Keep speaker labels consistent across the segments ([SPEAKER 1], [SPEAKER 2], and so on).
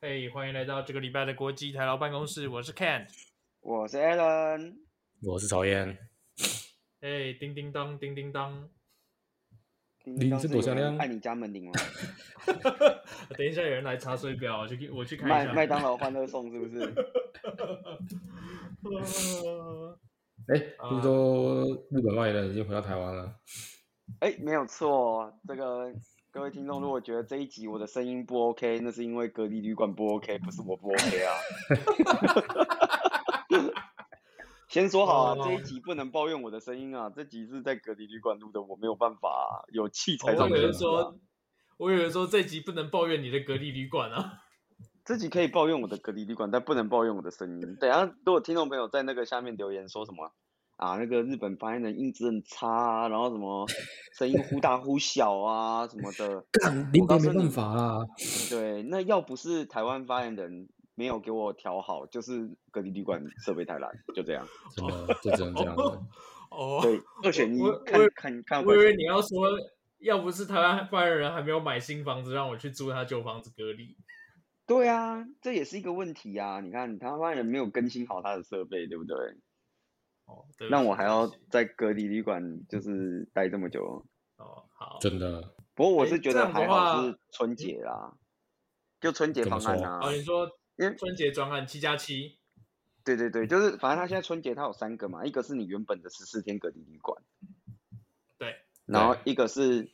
[SPEAKER 1] 嘿欢迎来到这个礼拜的国际台劳办公室，我是 Ken。
[SPEAKER 2] 我是 Alan，
[SPEAKER 3] 我是曹燕，
[SPEAKER 1] 哎，叮叮当，叮叮当。
[SPEAKER 3] 铃
[SPEAKER 2] 当
[SPEAKER 3] 是
[SPEAKER 2] 是
[SPEAKER 3] 多
[SPEAKER 2] 有
[SPEAKER 3] 响
[SPEAKER 2] 人
[SPEAKER 3] 亮
[SPEAKER 2] 按你家门 铃吗？
[SPEAKER 1] 等一下有人来查水表，我去我去看一
[SPEAKER 2] 麦
[SPEAKER 1] 下。
[SPEAKER 2] 麦当劳欢乐颂是不是？
[SPEAKER 1] 呃
[SPEAKER 3] 哎、
[SPEAKER 1] 啊
[SPEAKER 3] 听说日本外人已经回到台湾了，
[SPEAKER 2] 哎，没有错哦，这个各位听众如果觉得这一集我的声音不 OK，那是因为隔离旅馆不 OK，不是我不 OK 啊。 先说好啊，
[SPEAKER 1] 哦
[SPEAKER 2] 这一集不能抱怨我的声音啊，这集是在隔离旅馆录的，我没有办法啊、有器材
[SPEAKER 1] 哦我
[SPEAKER 2] 上
[SPEAKER 1] 以
[SPEAKER 2] 的
[SPEAKER 1] 为
[SPEAKER 2] 问题啊。
[SPEAKER 1] 说，我以为说这集不能抱怨你的隔离旅馆啊。
[SPEAKER 2] 自己可以抱怨我的隔离旅馆，但不能抱怨我的声音。等一下，如果听众朋友在那个下面留言说什么啊，那个日本发言人音质很差啊，然后 什么声音忽大忽小啊什么的，
[SPEAKER 3] 林
[SPEAKER 2] 我告
[SPEAKER 3] 北
[SPEAKER 2] 诉你
[SPEAKER 3] 没办法 啦，
[SPEAKER 2] 对，那要不是台湾发言人没有给我调好，就是隔离旅馆设备太烂，就这样。
[SPEAKER 3] 怎么就只能这样了？
[SPEAKER 1] 哦，
[SPEAKER 2] 对，啊二选一
[SPEAKER 1] 我我，
[SPEAKER 2] 看
[SPEAKER 1] 我
[SPEAKER 2] 看看
[SPEAKER 1] 我
[SPEAKER 2] 会
[SPEAKER 1] 以为你要说，要不是台湾发言人还没有买新房子，让我去租他旧房子隔离。
[SPEAKER 2] 对啊，这也是一个问题啊。你看，台湾发言人没有更新好他的设备，对不对？
[SPEAKER 1] 嗯哦，对不起
[SPEAKER 2] 让我还要
[SPEAKER 1] 对不起
[SPEAKER 2] 在隔离旅馆就是待这么久。
[SPEAKER 1] 哦，好，
[SPEAKER 3] 真的，
[SPEAKER 2] 不过我
[SPEAKER 1] 诶
[SPEAKER 2] 是觉
[SPEAKER 1] 这
[SPEAKER 2] 得
[SPEAKER 1] 样的
[SPEAKER 2] 还
[SPEAKER 1] 话
[SPEAKER 2] 好是春节啦，就春节
[SPEAKER 3] 怎么
[SPEAKER 2] 方案
[SPEAKER 3] 说
[SPEAKER 2] 啊
[SPEAKER 1] 哦，。你说
[SPEAKER 2] 因为
[SPEAKER 1] 春节专案七加七，
[SPEAKER 2] 对对对，就是反正他现在春节他有三个嘛，一个是你原本的十四天隔离旅馆，
[SPEAKER 1] 对，
[SPEAKER 2] 然后一个是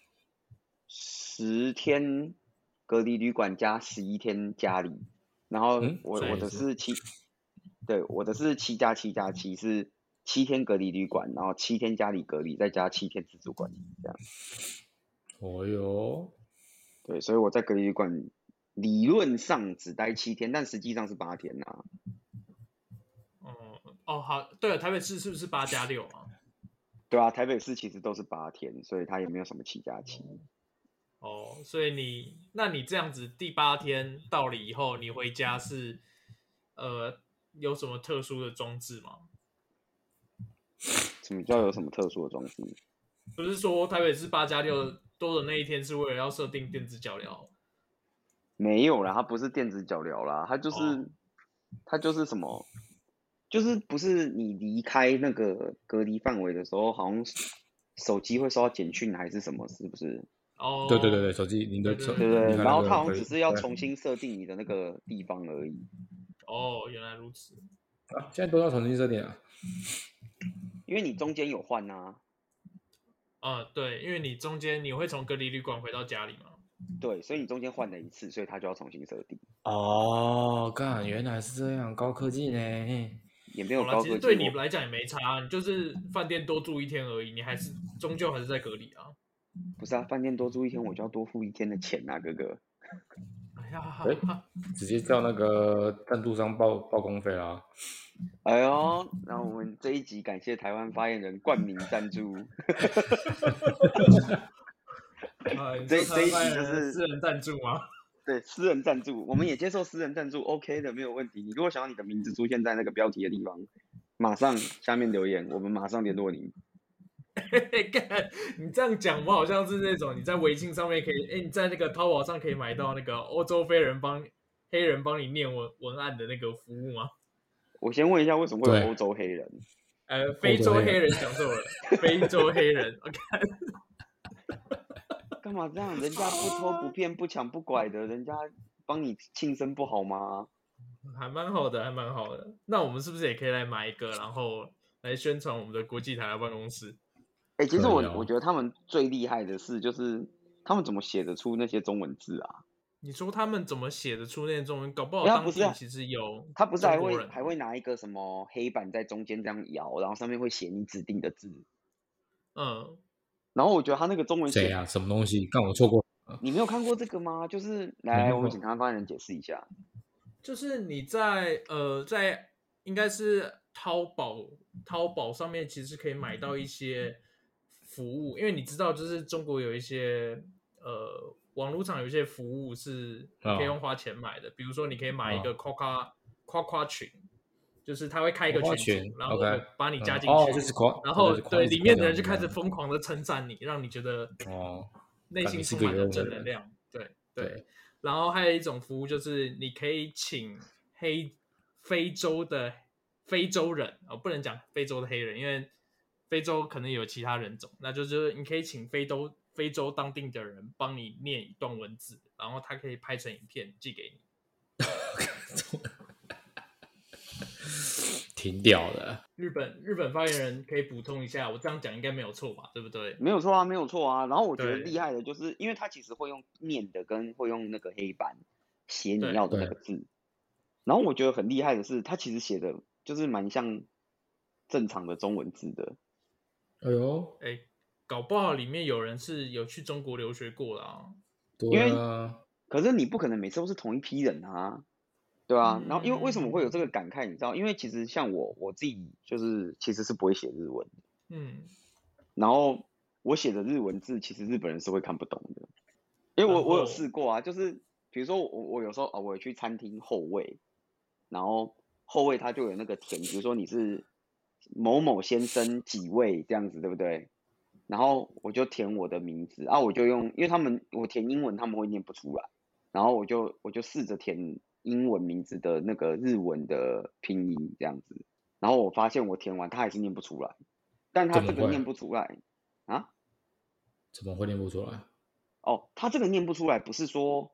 [SPEAKER 2] 十天隔离旅馆加十一天家里，然后
[SPEAKER 3] 嗯
[SPEAKER 2] 我
[SPEAKER 1] 什么
[SPEAKER 2] 我
[SPEAKER 1] 意
[SPEAKER 2] 的
[SPEAKER 3] 思
[SPEAKER 2] 是七，对，我的是七加七加七是七天隔离旅馆，然后七天家里隔离，再加七天自主管理这样。
[SPEAKER 3] 哦哟，
[SPEAKER 2] 对，所以我在隔离旅馆理论上只待七天，但实际上是八天呐、
[SPEAKER 1] 嗯，哦，好，对了，台北市是不是八加六啊？
[SPEAKER 2] 对啊，台北市其实都是八天，所以它也没有什么七加七。
[SPEAKER 1] 哦，所以你，那你这样子第八天到了以后，你回家是，呃，有什么特殊的装置吗？
[SPEAKER 2] 什么叫有什么特殊的装置？
[SPEAKER 1] 不是说台北市八加六多的那一天是为了要设定电子脚镣？
[SPEAKER 2] 没有啦，它不是电子脚镣啦，它就是、
[SPEAKER 1] 哦
[SPEAKER 2] 它就是什么，就是不是你离开那个隔离范围的时候，好像手机会收到简讯还是什么，是不是？
[SPEAKER 1] 哦，
[SPEAKER 3] 对对对对，手机您的
[SPEAKER 1] 对
[SPEAKER 3] 手，
[SPEAKER 1] 对
[SPEAKER 2] 对不嗯对？
[SPEAKER 3] 你看
[SPEAKER 2] 然后
[SPEAKER 3] 那个
[SPEAKER 2] 它好像
[SPEAKER 3] 可以
[SPEAKER 2] 只是要重新设定你的那个地方而已。
[SPEAKER 1] 哦，原来如此。
[SPEAKER 3] 啊现在都要重新设定啊，
[SPEAKER 2] 因为你中间有换啊，
[SPEAKER 1] 啊、对，因为你中间你会从隔离旅馆回到家里嘛。
[SPEAKER 2] 对，所以你中间换了一次，所以它就要重新设定，
[SPEAKER 3] 哦，干，原来是这样，高科技呢，
[SPEAKER 2] 也没有
[SPEAKER 1] 好了，
[SPEAKER 2] 高
[SPEAKER 1] 其
[SPEAKER 2] 科
[SPEAKER 1] 实
[SPEAKER 2] 技。
[SPEAKER 1] 对你
[SPEAKER 2] 我
[SPEAKER 1] 来讲也没差，你就是饭店多住一天而已，你还是终究还是在隔离啊。
[SPEAKER 2] 不是啊，饭店多住一天，我就要多付一天的钱啊，哥哥。
[SPEAKER 1] 哎呀，哈
[SPEAKER 3] 哎
[SPEAKER 1] 哈
[SPEAKER 3] 直接叫那个赞助商报报工费啦，
[SPEAKER 2] 哎呦，那我们这一集感谢台湾发言人冠名赞助，
[SPEAKER 1] 啊，你
[SPEAKER 2] 这
[SPEAKER 1] 说台
[SPEAKER 2] 这一
[SPEAKER 1] 湾
[SPEAKER 2] 集就
[SPEAKER 1] 人
[SPEAKER 2] 是
[SPEAKER 1] 私人赞助啊吗？
[SPEAKER 2] 对，私人赞助，我们也接受私人赞助，OK 的，没有问题。你如果想要你的名字出现在那个标题的地方，马上下面留言，我们马上联络你。
[SPEAKER 1] 干，你这样讲，我好像是那种你在微信上面可以，哎、你在那个淘宝上可以买到那个欧洲黑人帮黑人帮你念文文案的那个服务吗？
[SPEAKER 2] 我先问一下，为什么会有
[SPEAKER 3] 对
[SPEAKER 2] 欧洲黑人？
[SPEAKER 1] 呃，非洲黑人讲错了，非洲黑人。OK，
[SPEAKER 2] 干嘛这样？人家不偷不骗不抢不拐的，人家帮你庆生不好吗？
[SPEAKER 1] 还蛮好的，还蛮好的。那我们是不是也可以来买一个，然后来宣传我们的国际台的办公室？
[SPEAKER 2] 哎、其实
[SPEAKER 3] 可以
[SPEAKER 2] 我
[SPEAKER 1] 啊
[SPEAKER 3] 哦
[SPEAKER 2] 我觉得他们最厉害的是，就是他们怎么写得出那些中文字啊？
[SPEAKER 1] 你说他们怎么写的出那些中文？搞不好
[SPEAKER 2] 哎呀
[SPEAKER 1] 当
[SPEAKER 2] 不是
[SPEAKER 1] 地
[SPEAKER 2] 啊
[SPEAKER 1] 其实有
[SPEAKER 2] 他不是还
[SPEAKER 1] 中国
[SPEAKER 2] 会
[SPEAKER 1] 人
[SPEAKER 2] 还会拿一个什么黑板在中间这样摇，然后上面会写你指定的字。
[SPEAKER 1] 嗯，
[SPEAKER 2] 然后我觉得他那个中文
[SPEAKER 1] 啊
[SPEAKER 3] 谁
[SPEAKER 2] 写，
[SPEAKER 3] 呀、什么东西？干我错过，
[SPEAKER 2] 你没有看过这个吗？ 就是
[SPEAKER 3] 没
[SPEAKER 2] 来，
[SPEAKER 3] 看
[SPEAKER 2] 我们
[SPEAKER 3] 过
[SPEAKER 2] 请台湾发言人解释一下。
[SPEAKER 1] 就是你在呃，在应该是淘宝淘宝上面，其实可以买到一些服务，因为你知道，就是中国有一些呃网络上有一些服务是
[SPEAKER 3] 啊
[SPEAKER 1] 可以用花钱买的，比如说你可以买一个
[SPEAKER 3] 啊
[SPEAKER 1] Coca Coca 群，就是他会开一个
[SPEAKER 3] 夸
[SPEAKER 1] 群
[SPEAKER 3] 群
[SPEAKER 1] 组，然后
[SPEAKER 3] OK
[SPEAKER 1] 把你加进去，
[SPEAKER 3] 哦，就是狂，
[SPEAKER 1] 然后
[SPEAKER 3] 就是狂
[SPEAKER 1] 对里面的人就开
[SPEAKER 3] 狂
[SPEAKER 1] 始疯狂的称赞你，让你觉得
[SPEAKER 3] 哦，
[SPEAKER 1] 内
[SPEAKER 3] 啊
[SPEAKER 1] 心
[SPEAKER 3] 感觉是
[SPEAKER 1] 充
[SPEAKER 3] 个
[SPEAKER 1] 满了
[SPEAKER 3] 有用的
[SPEAKER 1] 正能
[SPEAKER 3] 人
[SPEAKER 1] 量。对对，然后还有一种服务就是你可以请黑非洲的非洲人哦，不能讲非洲的黑人，因为非洲可能有其他人种，那就是你可以请非洲非洲当地的人帮你念一段文字，然后他可以拍成影片寄给你。
[SPEAKER 3] 挺屌的。
[SPEAKER 1] 日本日本发言人可以补充一下，我这样讲应该没有错吧？对不对？
[SPEAKER 2] 没有错啊，没有错啊。然后我觉得
[SPEAKER 1] 对
[SPEAKER 2] 厉害的就是，因为他其实会用念的跟会用那个黑板写你
[SPEAKER 1] 对
[SPEAKER 2] 要的那
[SPEAKER 3] 对
[SPEAKER 2] 个字。然后我觉得很厉害的是，他其实写的就是蛮像正常的中文字的。
[SPEAKER 3] 哎呦，
[SPEAKER 1] 哎，搞不好里面有人是有去中国留学过的啊。
[SPEAKER 3] 对
[SPEAKER 2] 为
[SPEAKER 3] 啊，
[SPEAKER 2] 可是你不可能每次都是同一批人啊，对啊。然后因为为什么会有这个感慨，你知道？因为其实像我我自己就是其实是不会写日文的，
[SPEAKER 1] 嗯，
[SPEAKER 2] 然后我写的日文字其实日本人是会看不懂的，因为我
[SPEAKER 1] 然
[SPEAKER 2] 我有
[SPEAKER 1] 后
[SPEAKER 2] 试过啊，就是比如说我我有时候啊我去餐厅后位，然后后位他就有那个填，比如说你是某某先生几位这样子，对不对？然后我就填我的名字啊，我就用，因为他们我填英文他们会念不出来，然后我就我就试着填英文名字的那个日文的拼音这样子，然后我发现我填完他还是念不出来，但他
[SPEAKER 3] 怎
[SPEAKER 2] 这
[SPEAKER 3] 么
[SPEAKER 2] 个
[SPEAKER 3] 会
[SPEAKER 2] 念不出来啊，
[SPEAKER 3] 怎么会念不出来？
[SPEAKER 2] 哦，他这个念不出来不是说，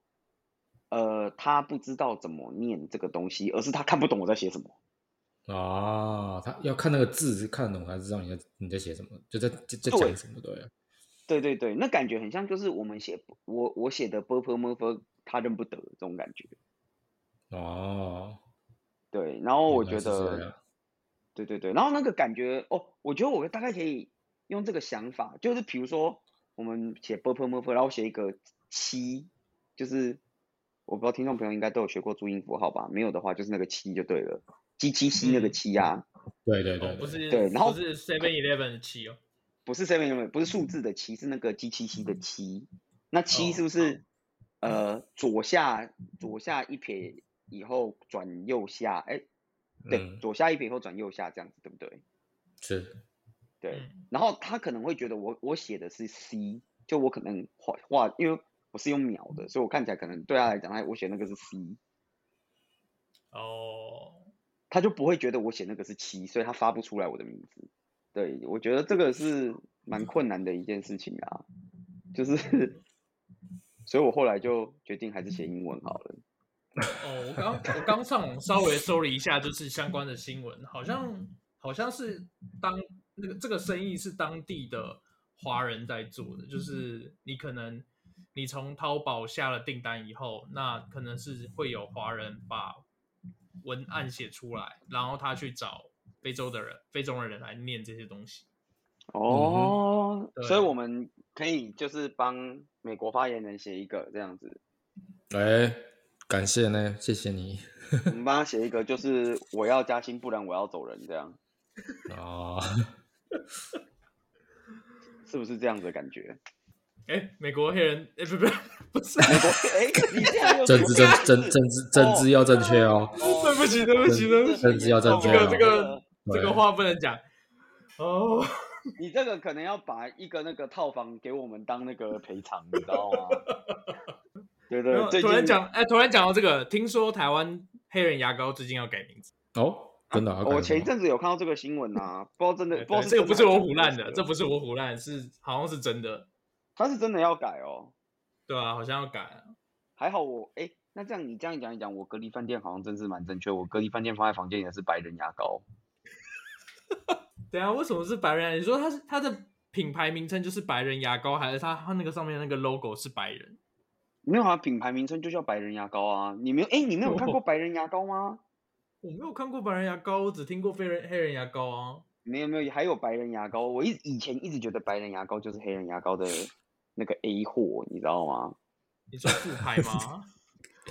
[SPEAKER 2] 呃，他不知道怎么念这个东西，而是他看不懂我在写什么。
[SPEAKER 3] 啊，他要看那个字看得懂，才知道你在你在写什么，就在在在
[SPEAKER 2] 对
[SPEAKER 3] 讲什么，对啊了。
[SPEAKER 2] 对对对，那感觉很像就是我们写我我写的 b p m f，他认不得这种感觉。
[SPEAKER 3] 哦，
[SPEAKER 2] 对，然哦后我
[SPEAKER 3] 原来
[SPEAKER 2] 觉
[SPEAKER 3] 是这
[SPEAKER 2] 得。
[SPEAKER 3] 样
[SPEAKER 2] 对对对，然后那个感觉哦，我觉得我大概可以用这个想法，就是比如说我们写 b u r p l e m u r p 然后写一个七，就是我不知道听众朋友应该都有学过注音符号吧？没有的话就是那个七就对了，鸡七七那个
[SPEAKER 1] 嗯
[SPEAKER 2] 七啊，
[SPEAKER 3] 对对
[SPEAKER 1] 哦
[SPEAKER 3] 对，，
[SPEAKER 1] 不
[SPEAKER 3] 对
[SPEAKER 1] 是，
[SPEAKER 2] 对然后
[SPEAKER 1] 不是 Seven Eleven 的七哦，
[SPEAKER 2] 不是 seven eleven，不是数字的七，是那个鸡七七的七。那七
[SPEAKER 1] 哦
[SPEAKER 2] 是不是呃左下左下一撇以后转右下？哎，对，
[SPEAKER 3] 嗯
[SPEAKER 2] 左下一撇以后转右下这样子，对不对？
[SPEAKER 3] 是
[SPEAKER 2] 对，
[SPEAKER 1] 嗯
[SPEAKER 2] 然后他可能会觉得我我写的是 C，就我可能画画，因为我是用秒的，所以我看起来可能对他来讲，他我写那个是 C，
[SPEAKER 1] 哦，
[SPEAKER 2] 他就不会觉得我写那个是七，所以他发不出来我的名字。对，我觉得这个是蛮困难的一件事情啊，就是，所以我后来就决定还是写英文好了。
[SPEAKER 1] 哦，我刚我刚上网稍微搜了一下，就是相关的新闻，好像好像是当那个这个生意是当地的华人在做的，就是你可能你从淘宝下了订单以后，那可能是会有华人把文案写出来，然后他去找非洲的人、非洲人来念这些东西。
[SPEAKER 2] 哦，
[SPEAKER 1] 对
[SPEAKER 2] 所以我们可以就是帮美国发言人写一个这样子，
[SPEAKER 3] 哎，感谢呢，谢谢你
[SPEAKER 2] 我们帮他写一个，就是我要加薪，不然我要走人这样。
[SPEAKER 3] 哦，
[SPEAKER 2] 是不是这样子的感觉？
[SPEAKER 1] 哎，美国黑人，哎，不不不是，
[SPEAKER 2] 美国，哎，你这样又
[SPEAKER 3] 政治政政
[SPEAKER 2] 是
[SPEAKER 3] 政治政治要正确哦，
[SPEAKER 1] 对不起，对不起，对不起，
[SPEAKER 3] 政治要正
[SPEAKER 1] 这
[SPEAKER 3] 确
[SPEAKER 1] 个
[SPEAKER 3] 哦。
[SPEAKER 1] 这个这
[SPEAKER 3] 对
[SPEAKER 1] 个话不能讲。哦，
[SPEAKER 2] 你这个可能要把一个那个套房给我们当那个赔偿，你知道吗？
[SPEAKER 1] 没
[SPEAKER 2] 对对，
[SPEAKER 1] 有
[SPEAKER 2] 最
[SPEAKER 1] 突
[SPEAKER 2] 近
[SPEAKER 1] 然讲，哎，突然讲到这个，听说台湾黑人牙膏最近要改名字。
[SPEAKER 3] 哦，真的啊，
[SPEAKER 2] 我
[SPEAKER 3] 感
[SPEAKER 2] 前一
[SPEAKER 3] 动
[SPEAKER 2] 阵子有看到这个新闻啊，不知道真的，
[SPEAKER 1] 对
[SPEAKER 2] 不知道
[SPEAKER 1] 对这个不是
[SPEAKER 2] 真的
[SPEAKER 1] 我
[SPEAKER 2] 还
[SPEAKER 1] 胡乱的，这
[SPEAKER 2] 假
[SPEAKER 1] 不是我胡乱，是好像是真的，
[SPEAKER 2] 他是真的要改哦。
[SPEAKER 1] 对啊吧、好像要改。
[SPEAKER 2] 还好我哎，那这样你这样讲一讲，我隔离饭店好像真是蛮正确。我隔离饭店放在房间里的是白人牙膏，
[SPEAKER 1] 等一啊下为什么是白人？你说它是它的品牌名称就是白人牙膏，还是它它那个上面那个 logo 是白人？
[SPEAKER 2] 没有啊，品牌名称就叫白人牙膏啊。你没有哎，你没有看过白人牙膏吗？
[SPEAKER 1] 我没有看过白人牙膏，我只听过黑人黑人牙膏啊。
[SPEAKER 2] 没有没有，还有白人牙膏。我一直以前一直觉得白人牙膏就是黑人牙膏的那个 A 货，你知道吗？
[SPEAKER 1] 你说副牌 吗？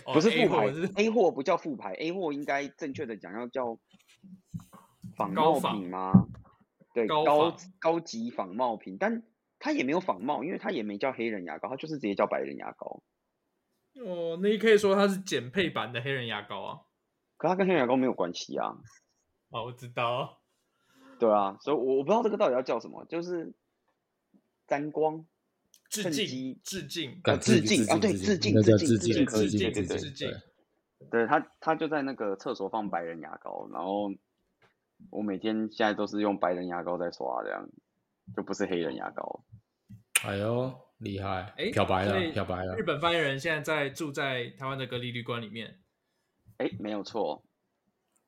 [SPEAKER 1] 哦
[SPEAKER 2] 不是
[SPEAKER 1] A
[SPEAKER 2] 副牌
[SPEAKER 1] 货是
[SPEAKER 2] ，A 货不叫副牌，A 货应该正确的讲要叫仿
[SPEAKER 1] 高
[SPEAKER 2] 冒
[SPEAKER 1] 仿
[SPEAKER 2] 品吗？对，
[SPEAKER 1] 高
[SPEAKER 2] 高
[SPEAKER 1] 仿
[SPEAKER 2] 高级仿冒品，但它也没有仿冒，因为它也没叫黑人牙膏，它就是直接叫白人牙膏。
[SPEAKER 1] 哦，那你可以说它是减配版的黑人牙膏啊。
[SPEAKER 2] 可它跟黑人牙膏没有关系啊，
[SPEAKER 1] 哦，我知道。
[SPEAKER 2] 对啊，所以我我不知道这个到底要叫什么，就是沾光
[SPEAKER 1] 致
[SPEAKER 2] 趁
[SPEAKER 1] 敬
[SPEAKER 2] 机，
[SPEAKER 1] 致敬，
[SPEAKER 3] 干
[SPEAKER 2] 啊致敬啊对致敬
[SPEAKER 3] 那叫
[SPEAKER 2] 致
[SPEAKER 3] 致
[SPEAKER 2] 敬
[SPEAKER 3] 敬，
[SPEAKER 2] 致
[SPEAKER 1] 敬
[SPEAKER 3] 敬，致
[SPEAKER 1] 致
[SPEAKER 3] 敬
[SPEAKER 1] 敬
[SPEAKER 3] 对
[SPEAKER 2] 对他，他就在那个厕所放白人牙膏，然后我每天现在都是用白人牙膏在刷，这样就不是黑人牙膏。
[SPEAKER 3] 哎呦，厉害
[SPEAKER 1] 哎，，
[SPEAKER 3] 漂白
[SPEAKER 1] 所以
[SPEAKER 3] 了，漂白了
[SPEAKER 1] 日。本发言人现在在住在台湾的隔离旅馆里面，
[SPEAKER 2] 哎，没有错，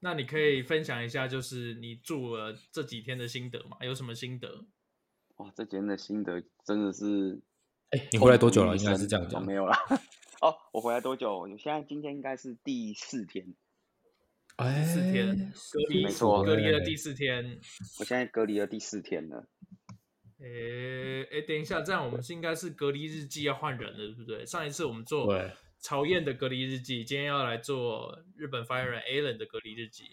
[SPEAKER 1] 那你可以分享一下，就是你住了这几天的心得吗？有什么心得？
[SPEAKER 2] 哇，这节目的心得真的是
[SPEAKER 3] 哎，你回来多久
[SPEAKER 2] 痛不
[SPEAKER 3] 了？
[SPEAKER 2] 欲
[SPEAKER 3] 应该
[SPEAKER 2] 生
[SPEAKER 3] 是这样
[SPEAKER 2] 哦
[SPEAKER 3] 讲
[SPEAKER 2] 没。有啦。 哦，我回来多久？我现在今天应该是第四天，
[SPEAKER 3] 哎，
[SPEAKER 1] 四天隔离
[SPEAKER 2] 没错
[SPEAKER 1] 隔离了第四天。
[SPEAKER 2] 我现在隔离了第四天了。
[SPEAKER 1] 诶诶，等一下，这样我们是应该是隔离日记要换人了，对不对？上一次我们做
[SPEAKER 3] 对，
[SPEAKER 1] 曹燕的隔离日记，今天要来做日本发言人 Alan 的隔离日记。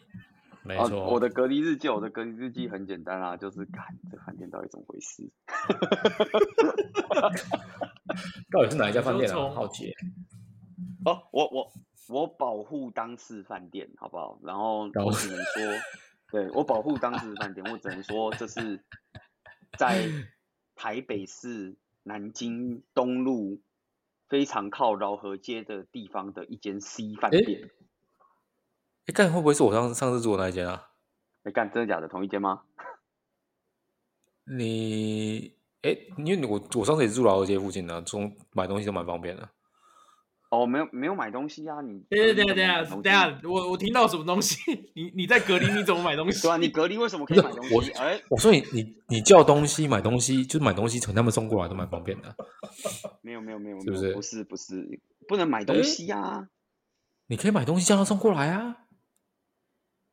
[SPEAKER 3] 没
[SPEAKER 2] 哦
[SPEAKER 3] 错。嗯
[SPEAKER 2] 我的隔离日记，我的隔离日记很简单啦、就是看这饭店到底怎么回事。
[SPEAKER 3] 到底是哪一家饭店
[SPEAKER 1] 你说
[SPEAKER 3] 啊？
[SPEAKER 1] 从
[SPEAKER 3] 好奇。
[SPEAKER 2] 哦，我我我保护当事饭店，好不好？然后
[SPEAKER 3] 然后
[SPEAKER 2] 我只能说，对我保护当事饭店，我只能说这是在台北市南京东路非常靠饶河街的地方的一间 C 饭
[SPEAKER 3] 诶
[SPEAKER 2] 店。
[SPEAKER 3] 哎，干会不会是我上上次住的那一间啊？
[SPEAKER 2] 你干真的假的？同一间吗？
[SPEAKER 3] 你哎，因为你我我上次也是住老二街附近的，从买东西都蛮方便的。
[SPEAKER 2] 哦，没有没有买东西啊，你
[SPEAKER 1] 等一下
[SPEAKER 2] 隔
[SPEAKER 1] 等
[SPEAKER 2] 离
[SPEAKER 1] 一下
[SPEAKER 2] 怎么
[SPEAKER 1] 等
[SPEAKER 2] 买
[SPEAKER 1] 一下，等一
[SPEAKER 2] 东西
[SPEAKER 1] 下，我我听到什么东西？ 你你在隔离，你怎么买东西
[SPEAKER 2] 对？啊，你隔离为什么可以买东
[SPEAKER 3] 我
[SPEAKER 2] 西？哎，
[SPEAKER 3] 我说你哦你你叫东西买东西，就是买东西从他们送过来都蛮方便的。
[SPEAKER 2] 没有没有没有
[SPEAKER 3] 是不
[SPEAKER 2] 没
[SPEAKER 3] 是
[SPEAKER 2] 有，不是不是，不能买东
[SPEAKER 3] 诶
[SPEAKER 2] 西啊。
[SPEAKER 3] 你可以买东西叫他送过来啊，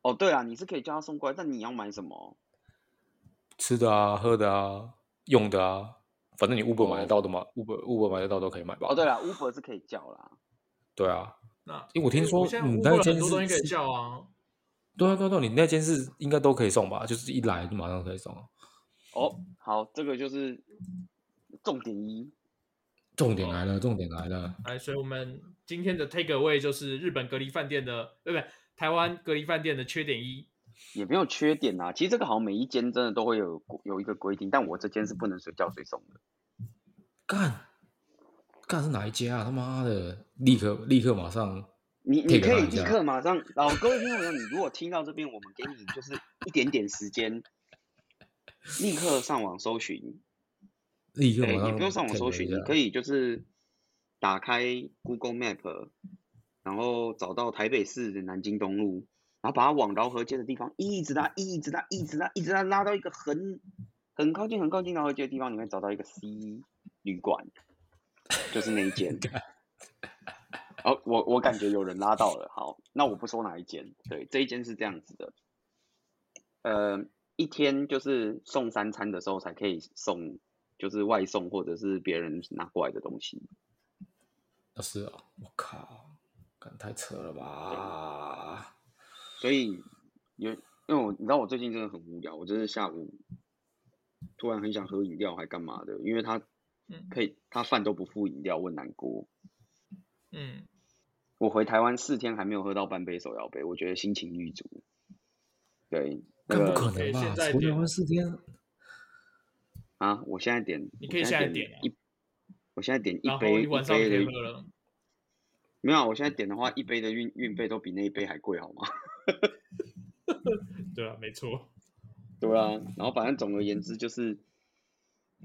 [SPEAKER 2] 哦，对啊，你是可以叫他送过来，但你要买什么？
[SPEAKER 3] 吃的啊、喝的啊、用的啊，反正你 Uber 买
[SPEAKER 2] 哦
[SPEAKER 3] 得到的嘛、u b e r Uber 买得到都可以买吧。
[SPEAKER 2] 哦，对了，Uber 是可以叫啦。
[SPEAKER 3] 对啊，
[SPEAKER 1] 那
[SPEAKER 3] 因为我听说
[SPEAKER 1] 我现在
[SPEAKER 3] 你
[SPEAKER 1] Uber
[SPEAKER 3] 那
[SPEAKER 1] 很
[SPEAKER 3] 间
[SPEAKER 1] 多东西
[SPEAKER 3] 是
[SPEAKER 1] 可以
[SPEAKER 3] 是
[SPEAKER 1] 叫啊。
[SPEAKER 3] 对啊对啊对啊，你那间是应该都可以送吧？就是一来就马上可以送啊。
[SPEAKER 2] 哦，好，这个就是重点一。
[SPEAKER 3] 重点来了，重点来了，
[SPEAKER 1] 来，哎所以我们今天的 take away 就是日本隔离饭店的，对不对？台湾隔离饭店的缺点一，
[SPEAKER 2] 也没有缺点啊，其实这个好像每一间真的都会有规有一个规定，但我这间是不能随叫随送的。
[SPEAKER 3] 干干是哪一家啊？他妈的，立刻立刻马上
[SPEAKER 2] 你你
[SPEAKER 3] Take
[SPEAKER 2] 可
[SPEAKER 3] 它
[SPEAKER 2] 以
[SPEAKER 3] 一
[SPEAKER 2] 立
[SPEAKER 3] 下
[SPEAKER 2] 刻马上，老各位听众朋友，你如果听到这边，我们给你就是一点点时间，立刻上网搜寻，
[SPEAKER 3] 立刻
[SPEAKER 2] 对，
[SPEAKER 3] 马上
[SPEAKER 2] 哎你不用上网搜寻，你可
[SPEAKER 3] 以
[SPEAKER 2] 以就是打开 Google Map，然后找到台北市的南京东路，然后把它往饶河街的地方一直拉，一直拉，一直拉，一直拉，拉到一个很很靠近、很靠近饶河街的地方，你会找到一个 C 旅馆，就是那一间。哦，我我感觉有人拉到了，好，那我不说哪一间，对，这一间是这样子的，呃，一天就是送三餐的时候才可以送就是外送或者是别人拿过来的东西。
[SPEAKER 3] 啊是啊，我靠，干太扯了吧！
[SPEAKER 2] 所以有，因为我你知道我最近真的很无聊，我就是下午突然很想喝饮料，还干嘛的？因为他
[SPEAKER 1] 嗯
[SPEAKER 2] 可以他饭都不付饮料，我很难过。
[SPEAKER 1] 嗯，
[SPEAKER 2] 我回台湾四天还没有喝到半杯手摇杯，我觉得心情郁卒。对，那
[SPEAKER 3] 干不
[SPEAKER 2] 个
[SPEAKER 3] 可
[SPEAKER 1] 对啊
[SPEAKER 3] 能吧
[SPEAKER 1] 现？在
[SPEAKER 3] 除
[SPEAKER 1] 点
[SPEAKER 3] 了湾四天，
[SPEAKER 2] 啊，我现在点，
[SPEAKER 1] 你
[SPEAKER 2] 我
[SPEAKER 1] 可以
[SPEAKER 2] 现在
[SPEAKER 1] 现在
[SPEAKER 2] 点
[SPEAKER 1] 点啊
[SPEAKER 2] 一，我现在点一
[SPEAKER 1] 然后
[SPEAKER 2] 杯
[SPEAKER 1] 你晚
[SPEAKER 2] 一
[SPEAKER 1] 上可
[SPEAKER 2] 杯
[SPEAKER 1] 以
[SPEAKER 2] 的，
[SPEAKER 1] 喝了。
[SPEAKER 2] 没有啊，我现在点的话，一杯的运运费都比那一杯还贵，好吗？
[SPEAKER 1] 对啊，没错。
[SPEAKER 2] 对啊，然后反正总而言之就是，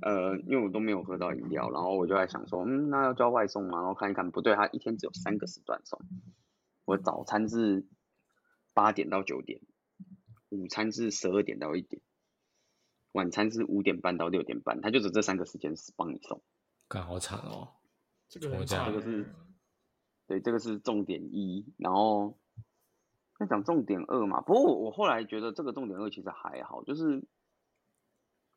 [SPEAKER 2] 呃，因为我都没有喝到饮料，然后我就在想说，嗯，那要叫外送嘛，然后看一看，不对，他一天只有三个时段送，我早餐是八点到九点，午餐是十二点到一点，晚餐是五点半到六点半，他就只有这三个时间是帮你送。
[SPEAKER 3] 干好惨哦！
[SPEAKER 1] 这个很
[SPEAKER 3] 我讲
[SPEAKER 1] 惨
[SPEAKER 2] 这个是
[SPEAKER 1] 欸
[SPEAKER 2] 对，这个是重点一，然后要讲重点二嘛。不过我我后来觉得这个重点二其实还好，就是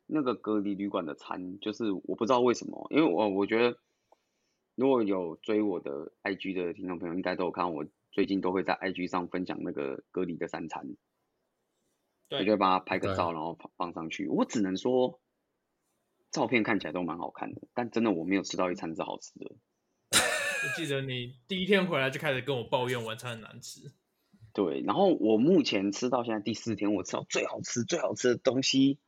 [SPEAKER 2] 那个隔离旅馆的餐，就是我不知道为什么，因为我我觉得如果有追我的 IG 的听众朋友，应该都有看到我最近都会在 IG 上分享那个隔离的三餐，我就
[SPEAKER 1] 对
[SPEAKER 2] 会把它拍个
[SPEAKER 3] 对
[SPEAKER 2] 照，然后放放上去。我只能说，照片看起来都蛮好看的，但真的我没有吃到一餐是好吃的。
[SPEAKER 1] 我记得你第一天回来就开始跟我抱怨晚餐很难吃。
[SPEAKER 2] 对，然后我目前吃到现在第四天，我吃到最好吃、最好吃的东西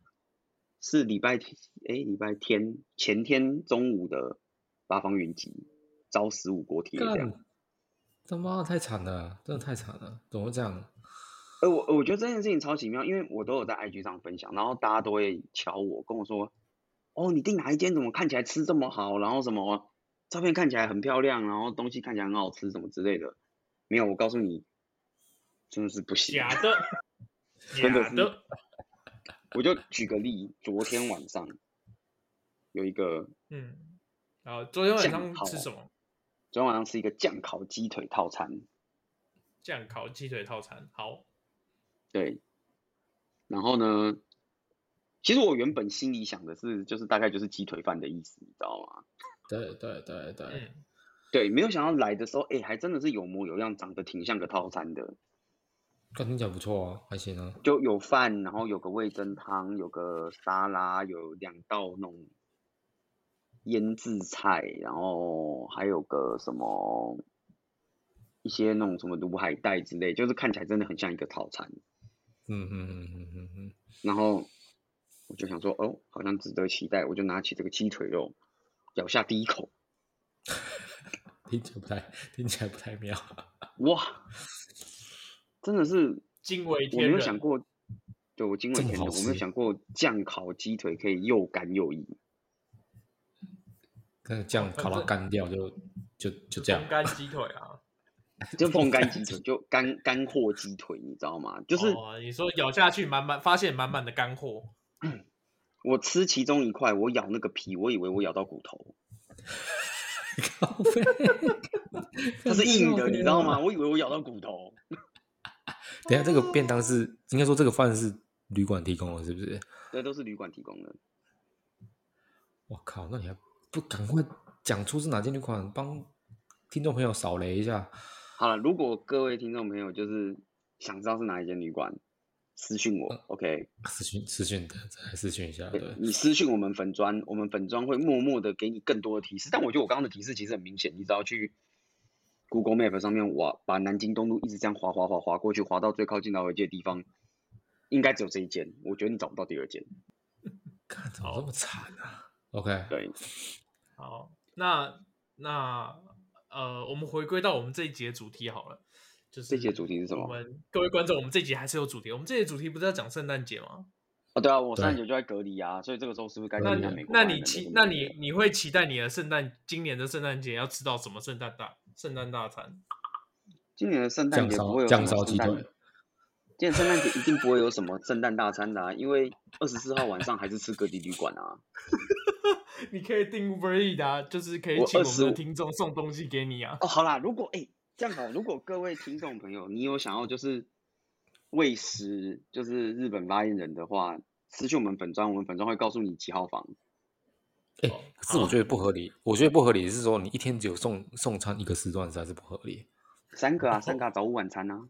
[SPEAKER 2] 是礼拜天，哎，礼拜天前天中午的八方云集，招十五锅贴这样。
[SPEAKER 3] 干，他妈太惨了，真的太惨了，怎么会这样？
[SPEAKER 2] 哎，我我觉得这件事情超奇妙，因为我都有在 IG 上分享，然后大家都会瞧我，跟我说，哦，你订哪一间？怎么看起来吃这么好？然后什么照片看起来很漂亮，然后东西看起来很好吃，什么之类的。没有，我告诉你，真的是不行。
[SPEAKER 1] 假 的，
[SPEAKER 2] 真的
[SPEAKER 1] 假
[SPEAKER 2] 是
[SPEAKER 1] 的，
[SPEAKER 2] 我就举个例，昨天晚上有一个，
[SPEAKER 1] 嗯，好，昨天晚
[SPEAKER 2] 酱
[SPEAKER 1] 上
[SPEAKER 2] 烤
[SPEAKER 1] 吃什么？
[SPEAKER 2] 昨天晚上吃一个酱烤鸡腿套餐，
[SPEAKER 1] 酱烤鸡腿套餐，好，
[SPEAKER 2] 对。然后呢，其实我原本心里想的是，就是大概就是鸡腿饭的意思，你知道吗？
[SPEAKER 3] 对对对对，
[SPEAKER 1] 嗯，
[SPEAKER 2] 对，没有想到来的时候，哎，还真的是有模有样，长得挺像个套餐的，
[SPEAKER 3] 干听起来不错啊，还行啊。
[SPEAKER 2] 就有饭，然后有个味噌汤，有个沙拉，有两道那种腌制菜，然后还有个什么一些那种什么卤海带之类，就是看起来真的很像一个套餐。
[SPEAKER 3] 嗯嗯嗯嗯嗯嗯，
[SPEAKER 2] 然后我就想说，哦，好像值得期待，我就拿起这个鸡腿肉，咬下第一口，
[SPEAKER 3] 听起来不太，听起来不太妙。啊
[SPEAKER 2] 哇，真的是
[SPEAKER 1] 惊为
[SPEAKER 2] 我没
[SPEAKER 1] 天
[SPEAKER 2] 有
[SPEAKER 1] 人。
[SPEAKER 2] 想过，对我惊为
[SPEAKER 3] 这么
[SPEAKER 2] 天
[SPEAKER 3] 好
[SPEAKER 2] 人，我没有
[SPEAKER 3] 吃
[SPEAKER 2] 想过酱烤鸡腿可以又干又硬。
[SPEAKER 3] 那个酱
[SPEAKER 1] 哦反
[SPEAKER 3] 烤到
[SPEAKER 1] 正
[SPEAKER 3] 干掉就就就这样
[SPEAKER 1] 风。干鸡腿啊，
[SPEAKER 2] 就风干鸡腿，就干干货鸡腿，你知道吗？ 就是
[SPEAKER 1] 哦，你说咬下去满满，发现满满的干货，
[SPEAKER 2] 我吃其中一块，我咬那个皮，我以为我咬到骨头，
[SPEAKER 3] 靠背，
[SPEAKER 2] 它是硬的，你知道吗？？我以为我咬到骨头，
[SPEAKER 3] 等啊一下这
[SPEAKER 1] 哦
[SPEAKER 3] 个便当是应该说这个饭是旅馆提供的，是不是？
[SPEAKER 2] 那都是旅馆提供的。
[SPEAKER 3] 我靠，那你还不赶快讲出是哪间旅馆，帮听众朋友扫雷一下？
[SPEAKER 2] 好了，如果各位听众朋友就是想知道是哪一间旅馆，私信我，OK？
[SPEAKER 3] 私讯私讯的，再来私讯一下，对，
[SPEAKER 2] 你私信我们粉砖，我们粉砖会默默的给你更多的提示。但我觉得我刚刚的提示其实很明显，你只要去 Google Map 上面，我把南京东路一直这样滑滑滑滑过去，滑到最靠近老友记的地方，应该只有这一间。我觉得你找不到第二间。
[SPEAKER 3] 看怎么这么惨啊？OK，
[SPEAKER 2] 对，
[SPEAKER 1] 好，那那呃，我们回归到我们这一节主题好了，就是
[SPEAKER 2] 这节主题是什
[SPEAKER 1] 我
[SPEAKER 2] 么？
[SPEAKER 1] 们各位观众，我们这一集还是有主题，我们这一集主题不是要讲圣诞节吗？
[SPEAKER 2] 哦，对啊，我
[SPEAKER 3] 对
[SPEAKER 2] 上一节就在隔离啊，所以这个时候是不是该
[SPEAKER 1] 那
[SPEAKER 2] 去
[SPEAKER 1] 你
[SPEAKER 2] 看美国
[SPEAKER 1] 那
[SPEAKER 2] 版的
[SPEAKER 1] 你
[SPEAKER 2] 个
[SPEAKER 1] 期
[SPEAKER 2] 美
[SPEAKER 1] 那
[SPEAKER 2] 国
[SPEAKER 1] 你
[SPEAKER 2] 版
[SPEAKER 1] 你会期待你的圣诞今年的圣诞节要吃到什么圣诞大圣诞大餐？
[SPEAKER 2] 今年的圣诞
[SPEAKER 3] 酱
[SPEAKER 2] 节不
[SPEAKER 3] 烧
[SPEAKER 2] 会有什
[SPEAKER 3] 酱
[SPEAKER 2] 么
[SPEAKER 3] 烧
[SPEAKER 2] 圣
[SPEAKER 3] 鸡
[SPEAKER 2] 诞
[SPEAKER 3] 腿，
[SPEAKER 2] 今年圣诞节一定不会有什么圣诞大餐的、啊，因为二十四号晚上还是吃隔离旅馆啊。
[SPEAKER 1] 你可以订 Uber E 的、啊，就是可以
[SPEAKER 2] 我
[SPEAKER 1] 请我们的
[SPEAKER 2] 25
[SPEAKER 1] 听众送东西给你啊。
[SPEAKER 2] 哦，好啦，如果哎、这样好，如果各位听众朋友，你有想要就是喂食，就是日本发言人的话，私信我们粉砖，我们粉砖会告诉你几号房。
[SPEAKER 3] 哎、
[SPEAKER 1] 哦
[SPEAKER 3] 可是我觉得不合
[SPEAKER 2] 哦
[SPEAKER 3] 理，我觉得不合理是说你一天只有送送餐一个时段，实在是不合理。
[SPEAKER 2] 三个啊，三个、啊、早午晚餐
[SPEAKER 1] 哦
[SPEAKER 2] 啊。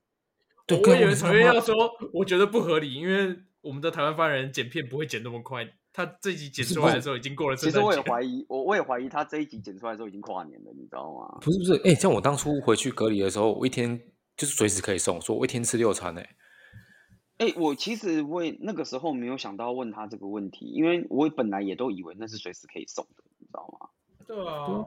[SPEAKER 3] 对，
[SPEAKER 1] 我
[SPEAKER 3] 干
[SPEAKER 1] 以为
[SPEAKER 3] 他
[SPEAKER 1] 陈月
[SPEAKER 3] 妈
[SPEAKER 1] 要说，我觉得不合理，因为我们的台湾发言人剪片不会剪那么快，他这集剪
[SPEAKER 3] 不是
[SPEAKER 1] 出来
[SPEAKER 3] 不
[SPEAKER 1] 的
[SPEAKER 3] 是
[SPEAKER 1] 时候已经过了
[SPEAKER 2] 其
[SPEAKER 1] 圣
[SPEAKER 2] 实
[SPEAKER 1] 诞
[SPEAKER 2] 我也
[SPEAKER 1] 节。
[SPEAKER 2] 怀疑，我我也怀疑他这一集剪出来的时候已经跨年了，你知道吗？
[SPEAKER 3] 不是不是，哎、像我当初回去隔离的时候，我一天就是随时可以送，说我一天吃六餐、欸，哎，
[SPEAKER 2] 哎、我其实我也那个时候没有想到问他这个问题，因为我本来也都以为那是随时可以送的，你知道吗？
[SPEAKER 1] 对啊，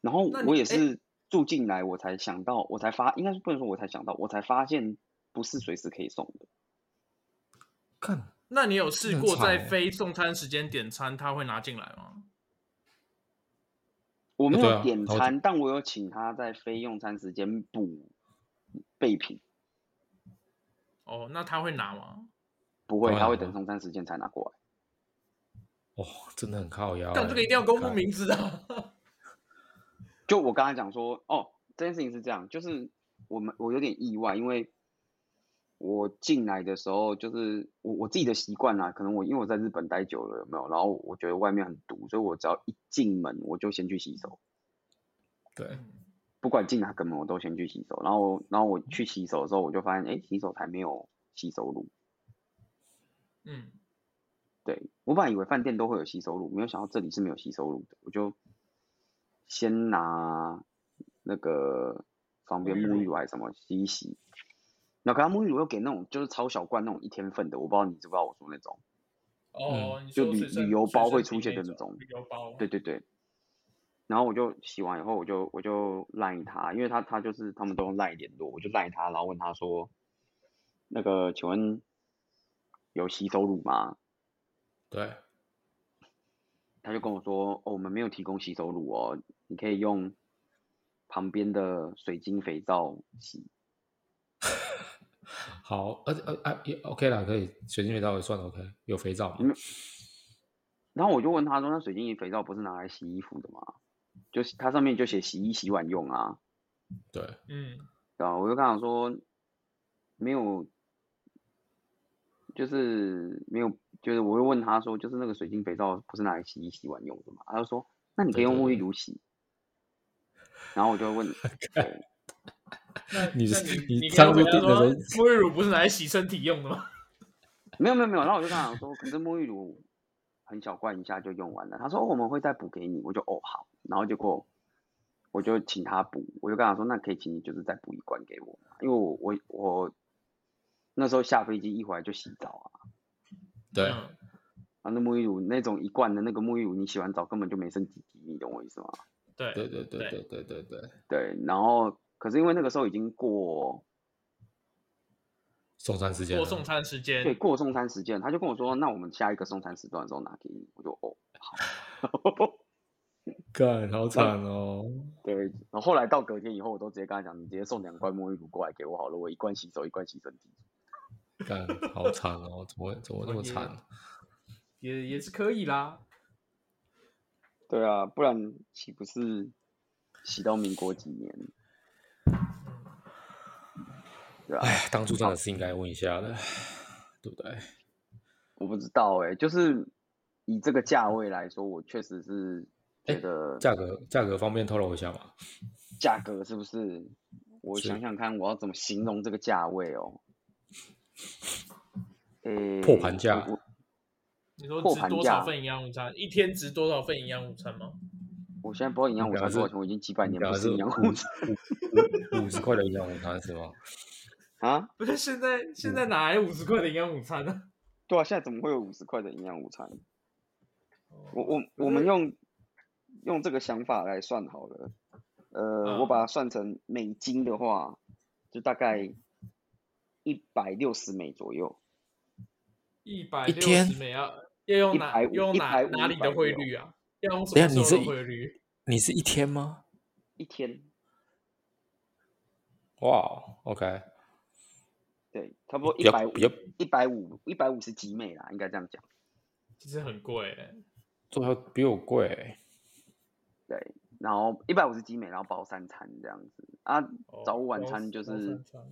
[SPEAKER 2] 然后
[SPEAKER 1] 那
[SPEAKER 2] 我
[SPEAKER 1] 你
[SPEAKER 2] 也
[SPEAKER 1] 哎
[SPEAKER 2] 是住进来，我才想到，我才发，应该是不能说我才想到，我才发现不是随时可以送的。
[SPEAKER 3] 看
[SPEAKER 1] 那你有试
[SPEAKER 3] 很
[SPEAKER 1] 过在
[SPEAKER 3] 惨欸
[SPEAKER 1] 非送餐时间点餐，他会拿进来吗？
[SPEAKER 2] 我没
[SPEAKER 3] 对
[SPEAKER 2] 有
[SPEAKER 3] 啊
[SPEAKER 2] 点
[SPEAKER 3] 好
[SPEAKER 2] 餐，但我有请他在非用餐时间补备品，
[SPEAKER 1] 哦，那他会拿吗？
[SPEAKER 2] 不会，
[SPEAKER 3] 当
[SPEAKER 2] 他
[SPEAKER 3] 然
[SPEAKER 2] 会
[SPEAKER 3] 了啊
[SPEAKER 2] 等送餐时间才拿过来。
[SPEAKER 3] 哇、真的很靠腰、欸。
[SPEAKER 1] 但这个一定要公布名字啊！
[SPEAKER 2] 就我刚才讲说，哦，这件事情是这样，就是我们我有点意外，因为我进来的时候，就是我我自己的习惯啦，可能我因为我在日本待久了，有没有？然后我觉得外面很毒，所以我只要一进门，我就先去洗手，
[SPEAKER 3] 对，
[SPEAKER 2] 不管进哪个门，我都先去洗手。然后然后我去洗手的时候，我就发现，哎，洗手台没有洗手乳。
[SPEAKER 1] 嗯，
[SPEAKER 2] 对，我本来以为饭店都会有洗手乳，没有想到这里是没有洗手乳的。我就先拿那个旁边
[SPEAKER 1] 沐浴
[SPEAKER 2] 沐浴
[SPEAKER 1] 乳
[SPEAKER 2] 乳还是什么洗一洗。那可它沐浴乳又给那种就是超小罐那种一天份的，我不知道你知不知道我说那种，
[SPEAKER 3] 嗯
[SPEAKER 1] 哦，你
[SPEAKER 2] 就
[SPEAKER 1] 说
[SPEAKER 2] 旅
[SPEAKER 1] 随身
[SPEAKER 2] 旅游
[SPEAKER 1] 随
[SPEAKER 2] 包
[SPEAKER 1] 身
[SPEAKER 2] 会
[SPEAKER 1] 听
[SPEAKER 2] 出现
[SPEAKER 1] 那
[SPEAKER 2] 的那种
[SPEAKER 1] 旅游包，啊
[SPEAKER 2] 对，对对。然后我就洗完以后我，就我就赖他，因为他他就是他们都用赖联络，我就赖他，然后问他说，那个请问有吸收乳吗？
[SPEAKER 3] 对，
[SPEAKER 2] 他就跟我说，哦，我们没有提供洗手乳哦，你可以用旁边的水晶肥皂洗。
[SPEAKER 3] 好，而且呃啊也 OK 啦，可以水晶肥皂也算 OK，有肥皂
[SPEAKER 2] 嗯
[SPEAKER 3] 嘛？
[SPEAKER 2] 然后我就问他说，那水晶肥皂不是拿来洗衣服的吗？就是它上面就写洗衣洗碗用啊，
[SPEAKER 3] 对，
[SPEAKER 1] 嗯，
[SPEAKER 2] 对啊吧、我就跟他说，没有，就是没有，就是我又问他说，就是那个水晶肥皂不是拿来洗衣洗碗用的嘛？他就说，那你可以
[SPEAKER 3] 对
[SPEAKER 2] 用
[SPEAKER 3] 对
[SPEAKER 2] 沐浴
[SPEAKER 3] 对
[SPEAKER 2] 乳洗。然后我 就问，哦
[SPEAKER 1] 那
[SPEAKER 3] 你
[SPEAKER 1] 那
[SPEAKER 3] 是
[SPEAKER 1] 你
[SPEAKER 3] 你
[SPEAKER 1] 你跟
[SPEAKER 3] 上
[SPEAKER 1] 我
[SPEAKER 3] 次
[SPEAKER 1] 讲
[SPEAKER 3] 订的时候
[SPEAKER 1] 说 沐浴乳不是拿来洗身体用的吗？
[SPEAKER 2] 没有没有没有，然后我就跟他讲说，可 是沐浴乳很小罐，一下就用完了。他说、哦、我们会再补给你，我就哦好，然后结果我就请他补，我就跟他说那可以请你就是再补一罐给我嘛，因为我我我那时候下飞机一回来就洗澡啊，
[SPEAKER 3] 对，
[SPEAKER 1] 嗯
[SPEAKER 2] 啊那沐浴乳那种一罐的那个沐浴乳，你洗完澡根本就没剩几滴，你懂我意思吗？
[SPEAKER 1] 对
[SPEAKER 3] 对对
[SPEAKER 1] 对
[SPEAKER 3] 对对对对对，
[SPEAKER 2] 对，然后可是因为那个时候已经过
[SPEAKER 3] 送餐时间啊
[SPEAKER 1] 过
[SPEAKER 3] 了，
[SPEAKER 1] 送餐时间，
[SPEAKER 2] 对过送餐时间，他就跟我说那我们下一个送餐时段的时候拿给你，我就哦好。
[SPEAKER 3] 干
[SPEAKER 1] 嗯
[SPEAKER 3] 好惨哦，
[SPEAKER 2] 对，然后后来到隔天以后，我都直接跟他讲，你直接送两罐沐浴乳过来给我好了，我一罐洗手，一罐洗身体。
[SPEAKER 3] 干好惨哦，怎么怎么那么
[SPEAKER 1] 我也
[SPEAKER 3] 惨？
[SPEAKER 1] 也也是可以啦。
[SPEAKER 2] 对啊，不然岂不是洗到民国几年？对啊，
[SPEAKER 3] 哎，当初真的是应该问一下的，对不对？
[SPEAKER 2] 我不知道哎、就是以这个价位来说，我确实是觉
[SPEAKER 3] 哎
[SPEAKER 2] 得
[SPEAKER 3] 价格价格方便透露一下吗？
[SPEAKER 2] 价格是不是？我
[SPEAKER 3] 是
[SPEAKER 2] 想想看，我要怎么形容这个价位哦？诶、
[SPEAKER 3] 破盘价
[SPEAKER 2] 我
[SPEAKER 1] 你说
[SPEAKER 2] 破
[SPEAKER 1] 值
[SPEAKER 2] 盘
[SPEAKER 1] 多
[SPEAKER 2] 价
[SPEAKER 1] 少份营养午餐？一天值多少份营养午餐吗？
[SPEAKER 2] 我现在不知道营养午
[SPEAKER 3] 讲的
[SPEAKER 2] 餐多少
[SPEAKER 3] 是
[SPEAKER 2] 钱，我已经几百年
[SPEAKER 3] 讲
[SPEAKER 2] 不
[SPEAKER 3] 的
[SPEAKER 2] 吃
[SPEAKER 3] 是
[SPEAKER 2] 营养午
[SPEAKER 3] 五
[SPEAKER 2] 餐
[SPEAKER 3] 五十块的营养午餐是吗？
[SPEAKER 2] 啊。
[SPEAKER 1] 不是现在现
[SPEAKER 3] 嗯
[SPEAKER 1] 在哪来五十块的营养午餐 呢、
[SPEAKER 2] 对啊，现在怎么会有五十块的营养午餐？我我
[SPEAKER 1] 不
[SPEAKER 2] 我们
[SPEAKER 1] 是
[SPEAKER 2] 用用这个想法来算好了，呃，我
[SPEAKER 1] 嗯
[SPEAKER 2] 把它算成美金的话，就大概一百六十美左右。
[SPEAKER 1] 一百
[SPEAKER 3] 一
[SPEAKER 1] 六
[SPEAKER 3] 天
[SPEAKER 1] 十美要要用哪
[SPEAKER 2] 150
[SPEAKER 1] 用哪
[SPEAKER 2] 150
[SPEAKER 1] 哪里的汇率啊？要用什
[SPEAKER 3] 等
[SPEAKER 1] 么
[SPEAKER 3] 一下你
[SPEAKER 1] 时候
[SPEAKER 3] 是
[SPEAKER 1] 的汇率？
[SPEAKER 3] 你是一天吗？
[SPEAKER 2] 一天，
[SPEAKER 3] 哇，OK，
[SPEAKER 2] 对，差不多
[SPEAKER 3] 比
[SPEAKER 2] 一
[SPEAKER 3] 较
[SPEAKER 2] 百五
[SPEAKER 3] 比较，
[SPEAKER 2] 一百五，一百五十几美啦，应该这样讲。
[SPEAKER 1] 其实很贵欸、
[SPEAKER 3] 这还比我贵欸，
[SPEAKER 2] 对，然后一百五十几美，然后包三餐这样子啊。
[SPEAKER 1] 哦
[SPEAKER 2] 早午晚
[SPEAKER 1] 包
[SPEAKER 2] 餐就
[SPEAKER 1] 包
[SPEAKER 2] 是
[SPEAKER 1] 三餐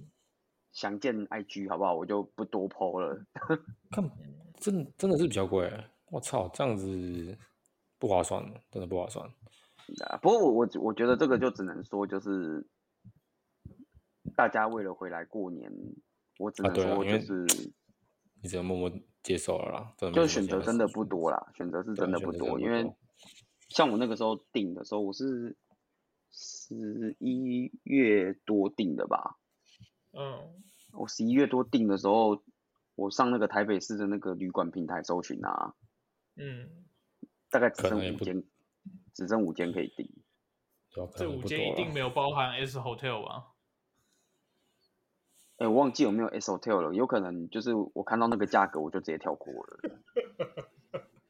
[SPEAKER 2] 详见 IG 好不好？我就不多剖了。
[SPEAKER 3] 看真的真的是比较贵欸，我操，这样子不划算，真的不划算。
[SPEAKER 2] 啊，不过我我我觉得这个就只能说就是，大家为了回来过年，我只
[SPEAKER 3] 啊
[SPEAKER 2] 能
[SPEAKER 3] 对啊
[SPEAKER 2] 说
[SPEAKER 3] 因
[SPEAKER 2] 就
[SPEAKER 3] 为
[SPEAKER 2] 是、
[SPEAKER 3] 你只能默默接受了啦，真的
[SPEAKER 2] 就
[SPEAKER 3] 没
[SPEAKER 2] 是
[SPEAKER 3] 什么
[SPEAKER 2] 选择
[SPEAKER 3] 其他
[SPEAKER 2] 真的
[SPEAKER 3] 事
[SPEAKER 2] 不多啦，选择是
[SPEAKER 3] 对
[SPEAKER 2] 真
[SPEAKER 3] 啊
[SPEAKER 2] 的
[SPEAKER 3] 选
[SPEAKER 2] 不
[SPEAKER 3] 择真
[SPEAKER 2] 多，
[SPEAKER 3] 的
[SPEAKER 2] 因
[SPEAKER 3] 不
[SPEAKER 2] 为
[SPEAKER 3] 多
[SPEAKER 2] 像我那个时候订的时候，我是十一月多订的吧，
[SPEAKER 1] 嗯，
[SPEAKER 2] 我十一月多订的时候，我上那个台北市的那个旅馆平台搜寻啊，
[SPEAKER 1] 嗯，
[SPEAKER 2] 大概只
[SPEAKER 3] 可
[SPEAKER 2] 剩
[SPEAKER 3] 能也
[SPEAKER 2] 五
[SPEAKER 3] 不
[SPEAKER 2] 间，只剩五间可以订。
[SPEAKER 3] 对啊吧可
[SPEAKER 1] 这
[SPEAKER 3] 能
[SPEAKER 1] 五
[SPEAKER 3] 嗯不
[SPEAKER 1] 间
[SPEAKER 3] 多
[SPEAKER 1] 一
[SPEAKER 3] 啦
[SPEAKER 1] 定没有包含 S Hotel 吧？
[SPEAKER 2] 哎、我忘记有没有 S Hotel 了，有可能就是我看到那个价格我就直接跳过了。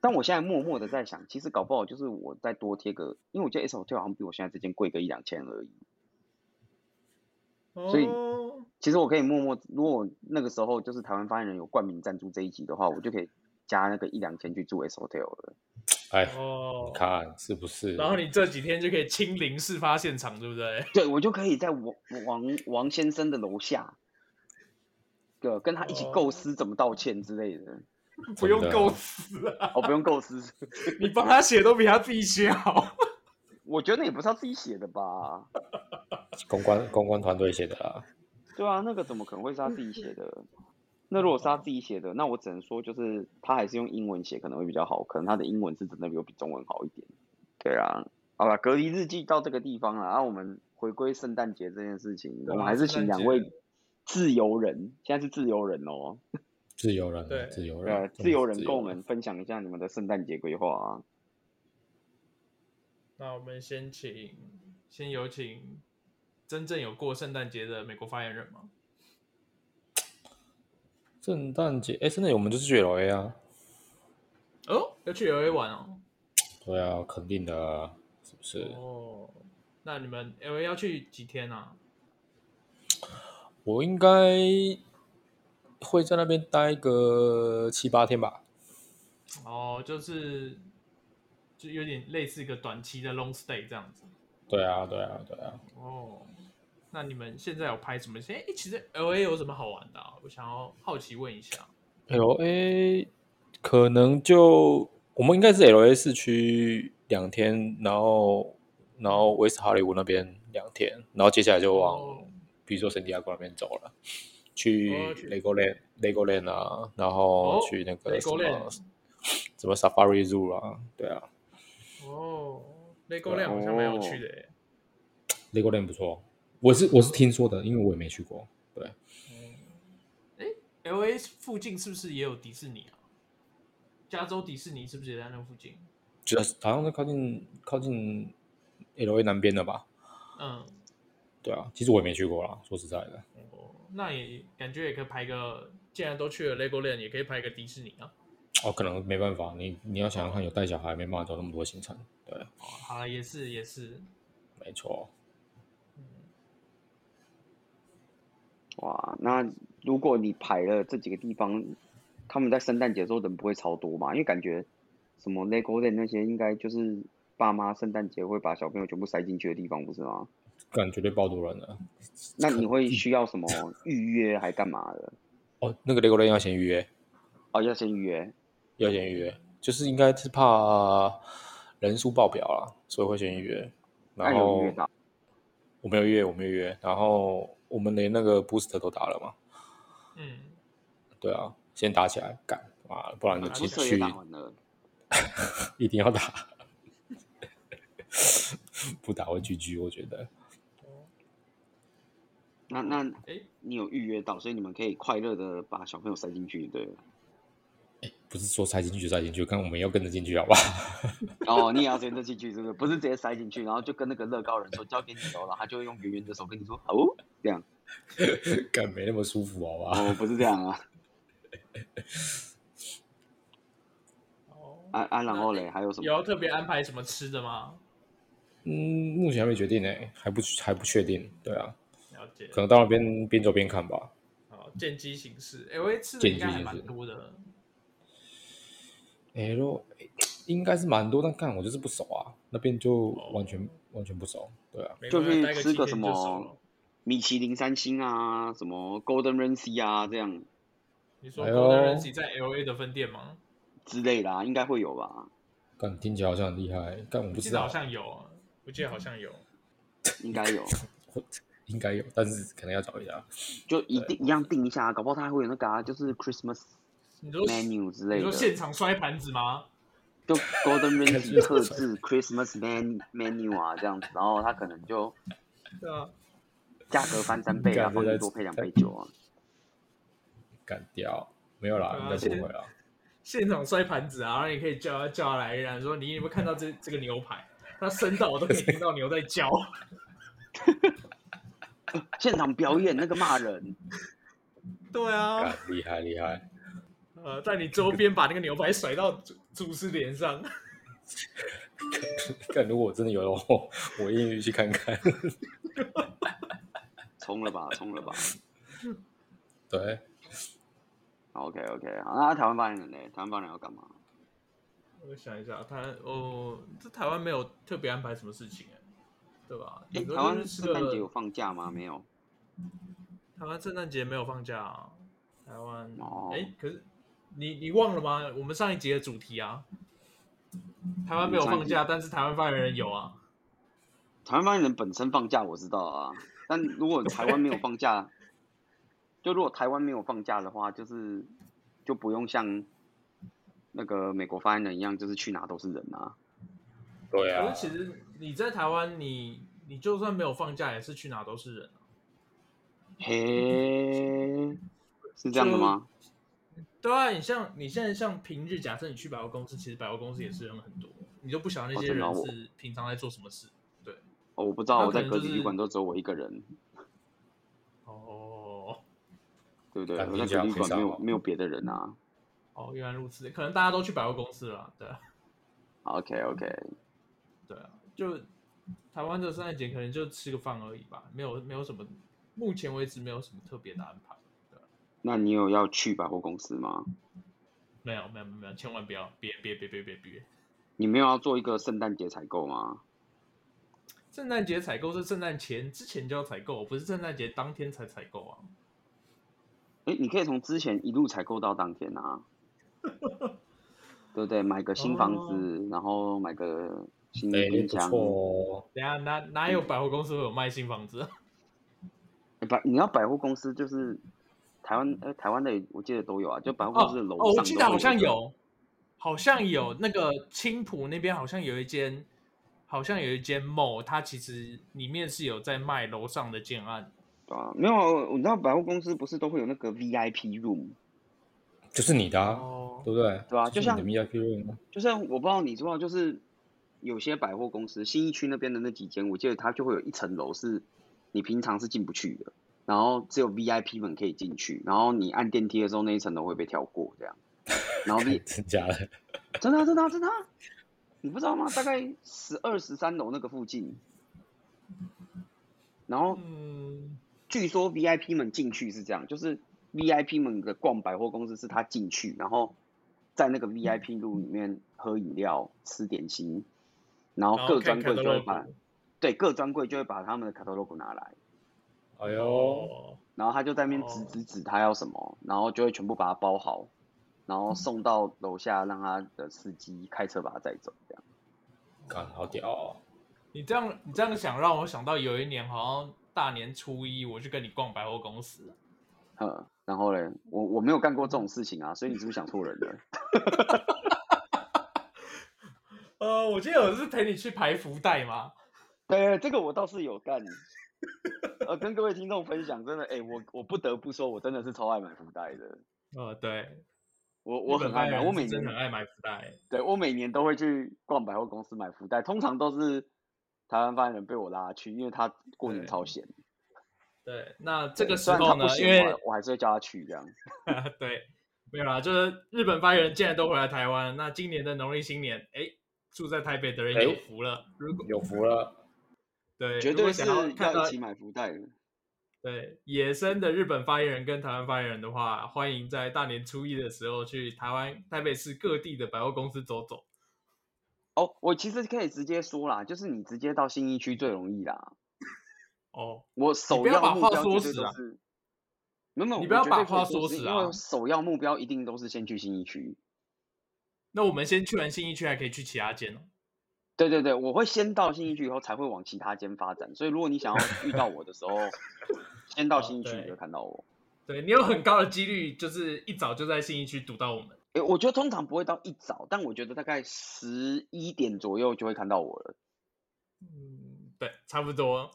[SPEAKER 2] 但我现在默默的在想，其实搞不好就是我再多贴个，因为我觉得 S Hotel 好像比我现在这间贵个一两千而已。
[SPEAKER 1] 哦，
[SPEAKER 2] 所以其实我可以默默，如果那个时候就是台湾发言人有冠名赞助这一集的话，我就可以加那个一两千去住 S Hotel 了。
[SPEAKER 3] 哎，
[SPEAKER 1] 哦
[SPEAKER 3] 你，看是不是？
[SPEAKER 1] 然后你这几天就可以亲临事发现场，对不对？
[SPEAKER 2] 对，我就可以在王王王先生的楼下，对，跟他一起构
[SPEAKER 1] 哦
[SPEAKER 2] 思怎么道歉之类的。
[SPEAKER 1] 不用
[SPEAKER 3] 真的
[SPEAKER 1] 构思啊，
[SPEAKER 2] 哦，不用构思，
[SPEAKER 1] 你帮他写都比他自己写好。
[SPEAKER 2] 我觉得也不是他自己写的吧。
[SPEAKER 3] 公关公关团队写的啦，
[SPEAKER 2] 对啊，那个怎么可能会是他自己写的？那如果是他自己写的，那我只能说就是他还是用英文写可能会比较好，可能他的英文是真的有比中文好一点。对啊，好了，隔离日记到这个地方了，然、后我们回归圣诞节这件事情，
[SPEAKER 1] 对
[SPEAKER 2] 我们
[SPEAKER 1] 啊
[SPEAKER 2] 还是
[SPEAKER 1] 圣诞
[SPEAKER 2] 请两
[SPEAKER 1] 节
[SPEAKER 2] 位自由人，现在是自由人哦，
[SPEAKER 3] 自由人啊，
[SPEAKER 1] 对
[SPEAKER 3] 自由
[SPEAKER 2] 对啊
[SPEAKER 3] 人，，
[SPEAKER 2] 自由人跟我
[SPEAKER 3] 够
[SPEAKER 2] 们分享一下你们的圣诞节规划啊。
[SPEAKER 1] 那我们先请，先有请真正有过圣诞节的美国发言人吗？
[SPEAKER 3] 圣诞节，哎，圣诞节我们就是去 L A 啊，
[SPEAKER 1] 哦，要去 LA 玩哦。
[SPEAKER 3] 对啊，肯定的啊，是不是？
[SPEAKER 1] 哦，那你们 LA 要去几天啊？
[SPEAKER 3] 我应该会在那边待个七八天吧。
[SPEAKER 1] 哦，就是就有点类似一个短期的 long stay 这样子。
[SPEAKER 3] 对啊，对啊，对啊。
[SPEAKER 1] 哦，那你们现在有拍什么？哎、其实 L A 有什么好玩的、啊？我想要好奇问一下。
[SPEAKER 3] L A 可能就我们应该是 L A 市区两天，然后然后威斯哈利伍那边两天，然后接下来就往、
[SPEAKER 1] 哦
[SPEAKER 3] 比如说圣地亚哥那边走了，
[SPEAKER 1] 哦
[SPEAKER 3] 去
[SPEAKER 1] 去
[SPEAKER 3] Legoland、Legoland 啊，然后去那个什么、
[SPEAKER 1] Legoland
[SPEAKER 3] 什么 Safari Zoo 啊，对啊
[SPEAKER 1] 哦，Legoland 好像蛮有趣的耶。
[SPEAKER 3] ，Legoland 不错，我是我是听说的，因为我也没去过。对，
[SPEAKER 1] L A 附近是不是也有迪士尼啊？加州迪士尼是不是也在那附近？
[SPEAKER 3] 就是好像是靠近靠近 L A 南边的吧？
[SPEAKER 1] 嗯，
[SPEAKER 3] 对啊，其实我也没去过啦，说实在的。
[SPEAKER 1] 哦，那也感觉也可以排个，既然都去了 Legoland，也可以排个迪士尼啊。
[SPEAKER 3] 哦，可能没办法，你你要想想看，有带小孩没办法走那么多行程，对，
[SPEAKER 1] 哦，好了，也是也是，
[SPEAKER 3] 没错。
[SPEAKER 2] 哇，那如果你排了这几个地方，他们在圣诞节的时候人不会超多嘛？因为感觉什么 Legoland 那些，应该就是爸妈圣诞节会把小朋友全部塞进去的地方，不是吗？
[SPEAKER 3] 感绝对爆多人了。
[SPEAKER 2] 那你会需要什么预约还干嘛的？
[SPEAKER 3] 哦，那个 Legoland 要先预约，
[SPEAKER 2] 哦，要先预约。
[SPEAKER 3] 要先预约，就是应该是怕人数爆表啦，所以会先预约。
[SPEAKER 2] 那
[SPEAKER 3] 然
[SPEAKER 2] 你有
[SPEAKER 3] 后
[SPEAKER 2] 预约到？
[SPEAKER 3] 我没有预约，我没有预约。然后我们连那个 booster 都打了嘛，
[SPEAKER 1] 嗯，
[SPEAKER 3] 对啊，先打起来干啊，不然你
[SPEAKER 1] 打起
[SPEAKER 3] 去
[SPEAKER 2] 色也
[SPEAKER 3] 去
[SPEAKER 2] 哦打完了，
[SPEAKER 3] 一定要打， 不打会 GG，我觉得。
[SPEAKER 2] 那那
[SPEAKER 1] 哎、
[SPEAKER 2] 你有预约到，所以你们可以快乐的把小朋友塞进去，对了。
[SPEAKER 3] 不是说塞进去就塞进去，看我们要跟着进去好不好？
[SPEAKER 2] 哦，你也要先这进去，是不是？不是直接塞进去，然后就跟那个乐高人说交给你手，然后他就会用圆圆的手跟你说好哦，这样。
[SPEAKER 3] 干没那么舒服好不好？
[SPEAKER 2] 哦，不是这样啊，
[SPEAKER 1] 哦，
[SPEAKER 2] 啊啊，然后
[SPEAKER 1] 那
[SPEAKER 2] 嘞，还有什
[SPEAKER 1] 有
[SPEAKER 2] 么？
[SPEAKER 1] 要特别安排什么吃的吗？
[SPEAKER 3] 嗯，目前还没决定呢，还不还不确定。对啊，
[SPEAKER 1] 了解
[SPEAKER 3] 可，能到那边边走边看吧。
[SPEAKER 1] 好，见机行事。L A 吃的应该还蛮多的。
[SPEAKER 3] 哎，若应该是蛮多，但看我就是不熟啊，那边就完全、完全不熟。对啊，
[SPEAKER 1] 美国人待个七天
[SPEAKER 2] 就是吃个什
[SPEAKER 1] 就熟
[SPEAKER 2] 么
[SPEAKER 1] 了
[SPEAKER 2] 米其林三星啊，什么 Golden Ramsy 啊，这样
[SPEAKER 1] 你说
[SPEAKER 3] 哎
[SPEAKER 1] g
[SPEAKER 3] 呦
[SPEAKER 1] o l d e n Ramsy 在 L A 的分店吗？
[SPEAKER 2] 之类的啊，应该会有吧？
[SPEAKER 3] 干听起来好像很厉害，但我
[SPEAKER 1] 我
[SPEAKER 3] 不
[SPEAKER 1] 记
[SPEAKER 3] 知
[SPEAKER 1] 得
[SPEAKER 3] 道
[SPEAKER 1] 好，像有啊，我记得好像有。
[SPEAKER 2] 应该 有，
[SPEAKER 3] 我应该有，但是可能要找一下。
[SPEAKER 2] 就一定一样定一下，搞不好他会有那个啊，就是 Christmas
[SPEAKER 1] 你说
[SPEAKER 2] menu 之
[SPEAKER 1] 你
[SPEAKER 2] 类
[SPEAKER 1] 说现
[SPEAKER 2] 的，
[SPEAKER 1] 场摔盘子 吗？
[SPEAKER 2] 就 Golden Ramsy 特制 Christmas men menu 啊，这样子，然后他可能就
[SPEAKER 1] 对啊，
[SPEAKER 2] 价格翻三倍啊，然
[SPEAKER 3] 感觉
[SPEAKER 2] 后
[SPEAKER 3] 在
[SPEAKER 2] 你多配两杯酒啊。
[SPEAKER 3] 干掉没有啦，
[SPEAKER 1] 对啊
[SPEAKER 3] 应该不会啦。
[SPEAKER 1] 现场摔盘子啊，然后你可以叫他叫他来，然后说你有没有看到这这个牛排？他伸到我都可以听到牛在 叫。
[SPEAKER 2] 现场表演那个骂人，
[SPEAKER 1] 对啊
[SPEAKER 3] 干，厉害厉害，
[SPEAKER 1] 呃，在你周边把那个牛排甩到主主师脸上。
[SPEAKER 3] 干如果我真的有的话， 我愿意去看看。
[SPEAKER 2] 冲了吧，冲了吧。
[SPEAKER 3] 对，
[SPEAKER 2] OK OK，好，那台湾发言人嘞？台湾发言人要干嘛？
[SPEAKER 1] 我想一下，他哦，这台湾没有特别安排什么事情哎、对吧？
[SPEAKER 2] 哎、
[SPEAKER 1] 顶多
[SPEAKER 2] 台
[SPEAKER 1] 就
[SPEAKER 2] 湾
[SPEAKER 1] 是
[SPEAKER 2] 圣诞
[SPEAKER 1] 个
[SPEAKER 2] 节有放假吗？没有。
[SPEAKER 1] 台湾圣诞节没有放假、啊，台湾哎、
[SPEAKER 2] 哦
[SPEAKER 1] 诶可是你你忘了吗？我们上一节的主题啊，台湾没有放假，但是台湾发言人有啊。
[SPEAKER 2] 台湾发言人本身放假我知道啊，但如果台湾没有放假， 就如果台湾没有放假的话，就是就不用像那个美国发言人一样，就是去哪都是人啊。
[SPEAKER 3] 对
[SPEAKER 1] 可
[SPEAKER 3] 啊
[SPEAKER 1] 是，其实你在台湾，你你就算没有放假，也是去哪都是人啊、
[SPEAKER 2] 嘿，是这样的吗？
[SPEAKER 1] 对啊，你像你现在像平日，假设你去百货公司，其实百货公司也是人很多，你就不晓得那
[SPEAKER 2] 哦
[SPEAKER 1] 些
[SPEAKER 2] 真的啊
[SPEAKER 1] 人
[SPEAKER 2] 我
[SPEAKER 1] 是平常在做什么事。
[SPEAKER 2] 哦，我不知道
[SPEAKER 1] 那
[SPEAKER 2] 我在
[SPEAKER 1] 可能
[SPEAKER 2] 隔
[SPEAKER 1] 就
[SPEAKER 2] 离旅
[SPEAKER 1] 是
[SPEAKER 2] 馆都只有我一个人，
[SPEAKER 1] 哦
[SPEAKER 2] 对不对？
[SPEAKER 3] 干
[SPEAKER 2] 我
[SPEAKER 3] 你
[SPEAKER 2] 在
[SPEAKER 3] 这
[SPEAKER 2] 隔
[SPEAKER 3] 样
[SPEAKER 2] 离
[SPEAKER 3] 可以
[SPEAKER 2] 馆没
[SPEAKER 3] 上
[SPEAKER 2] 有
[SPEAKER 3] 网
[SPEAKER 2] 没有别的人啊。
[SPEAKER 1] 哦，原来如此，可能大家都去百货公司了啦，对啊
[SPEAKER 2] OK OK，
[SPEAKER 1] 对啊，就台湾的圣诞节可能就吃个饭而已吧，没有没有什么，目前为止没有什么特别的安排。
[SPEAKER 2] 那你有要去百货公司吗？
[SPEAKER 1] 没有没有没有没有，千万不要，别别别别别别！
[SPEAKER 2] 你没有要做一个圣诞节采购吗？
[SPEAKER 1] 圣诞节采购是圣诞前之前就要采购，不是圣诞节当天才采购啊。
[SPEAKER 2] 哎，你可以从之前一路采购到当 天啊，对不对？买个新房
[SPEAKER 1] 哦
[SPEAKER 2] 子，然后买个新
[SPEAKER 3] 哎、
[SPEAKER 2] 冰
[SPEAKER 3] 不
[SPEAKER 2] 箱。
[SPEAKER 3] 错哦。
[SPEAKER 1] 等一下哪哪有百货公司会有卖新房 子？啊
[SPEAKER 2] 诶百你要百货公司就是台湾，呃，台湾的我记得都有啊，就百货公
[SPEAKER 1] 哦
[SPEAKER 2] 司的楼
[SPEAKER 1] 哦，
[SPEAKER 2] 上、
[SPEAKER 1] 我记得好像。有，好像有那个青浦那边好像有一间，好像有一间 mall，它其实里面是有在卖楼上的建案。
[SPEAKER 2] 对啊，没有啊，我知道百货公司不是都会有那个 VIP room，
[SPEAKER 3] 就是你的、啊，
[SPEAKER 1] 哦，
[SPEAKER 3] 对不对？
[SPEAKER 2] 对啊
[SPEAKER 3] 就是
[SPEAKER 2] 就像
[SPEAKER 3] 你的 VIP room 啊
[SPEAKER 2] 就是我不知道你知不知道，就是有些百货公司新一区那边的那几间，我记得它就会有一层楼是你平常是进不去的，然后只有 VIP 们可以进去，然后你按电梯的时候那一层楼会被跳过这样，然后 你
[SPEAKER 3] 真假的？
[SPEAKER 2] 真的啊真的啊真的啊，你不知道吗？大概十二十三楼那个附近，然后
[SPEAKER 1] 嗯，
[SPEAKER 2] 据说 VIP 们进去是这样，就是 VIP 们的逛百货公司是他进去，然后在那个
[SPEAKER 1] 嗯
[SPEAKER 2] VIP 路里面喝饮料、吃点心，然后
[SPEAKER 1] 然后
[SPEAKER 2] 各专
[SPEAKER 1] 看
[SPEAKER 2] 柜就会
[SPEAKER 1] catalog
[SPEAKER 2] 把对各专柜就会把他们的 catalog 拿来，
[SPEAKER 3] 哎呦，
[SPEAKER 1] 哦，
[SPEAKER 2] 然后他就在那边指
[SPEAKER 1] 哦
[SPEAKER 2] 指指他要什么，然后就会全部把它包好，然
[SPEAKER 1] 嗯
[SPEAKER 2] 后送到楼下让他的司机开车把他载走，这样。
[SPEAKER 3] 干好屌、哦！
[SPEAKER 1] 你这样你这样想让我想到有一年好像大年初一我去跟你逛百货公司，
[SPEAKER 2] 呃，然后嘞，我我没有干过这种事情啊，所以你是不是想错人了？
[SPEAKER 1] 呃，我记得我是陪你去排福袋嘛。
[SPEAKER 2] 对，哎这个我倒是有干。呃，跟各位听众分享，真的，哎、我我不得不说，我真的是超爱买福袋的。
[SPEAKER 1] 呃，对，
[SPEAKER 2] 我我
[SPEAKER 1] 日本
[SPEAKER 2] 很爱
[SPEAKER 1] 白
[SPEAKER 2] 买，
[SPEAKER 1] 人
[SPEAKER 2] 我
[SPEAKER 1] 是
[SPEAKER 2] 每
[SPEAKER 1] 真的
[SPEAKER 2] 年
[SPEAKER 1] 很爱买福袋。
[SPEAKER 2] 对我每年都会去逛百货公司买福袋，通常都是台湾发言人被我拉去，因为他过年
[SPEAKER 1] 对
[SPEAKER 2] 超闲。
[SPEAKER 1] 对，那这
[SPEAKER 2] 对
[SPEAKER 1] 个时
[SPEAKER 2] 虽然他
[SPEAKER 1] 候
[SPEAKER 2] 不
[SPEAKER 1] 呢，因
[SPEAKER 2] 闲
[SPEAKER 1] 为
[SPEAKER 2] 我还我还是会叫他去这样。
[SPEAKER 1] 对，没有啦，就是日本发言人既然都回来台湾了，那今年的农历新年，哎，住在台北的人
[SPEAKER 3] 哎
[SPEAKER 1] 有福了。如果
[SPEAKER 3] 有福了。
[SPEAKER 1] 对，
[SPEAKER 2] 绝
[SPEAKER 1] 如果
[SPEAKER 2] 对是
[SPEAKER 1] 想要看到
[SPEAKER 2] 一起买福袋的。
[SPEAKER 1] 对野生的日本发言人跟台湾发言人的话，欢迎在大年初一的时候去台湾台北市各地的百货公司走走。
[SPEAKER 2] 哦，我其实可以直接说啦，就是你直接到新一区最容易啦。
[SPEAKER 1] 哦，
[SPEAKER 2] 我首
[SPEAKER 1] 不要把
[SPEAKER 2] 目
[SPEAKER 1] 话
[SPEAKER 2] 标
[SPEAKER 1] 说
[SPEAKER 2] 绝对
[SPEAKER 1] 死
[SPEAKER 2] 都
[SPEAKER 1] 啊
[SPEAKER 2] 是，没有没有，
[SPEAKER 1] 你
[SPEAKER 2] 我
[SPEAKER 1] 不要
[SPEAKER 2] 绝
[SPEAKER 1] 把
[SPEAKER 2] 对可以
[SPEAKER 1] 话说死
[SPEAKER 2] 是因为
[SPEAKER 1] 啊
[SPEAKER 2] 首要目标一定都是先去新一区。
[SPEAKER 1] 那我们先去完新一区，还可以去其他间哦。
[SPEAKER 2] 对对对，我会先到新一区，以后才会往其他间发展。所以如果你想要遇到我的 时候，先到
[SPEAKER 1] 哦
[SPEAKER 2] 新一区
[SPEAKER 1] 对
[SPEAKER 2] 你就会看到我。
[SPEAKER 1] 对你有很高的几率，就是一早就在新一区堵到我们。
[SPEAKER 2] 诶，我觉得通常不会到一早，但我觉得大概十一点左右就会看到我了，
[SPEAKER 1] 嗯，对，差不多。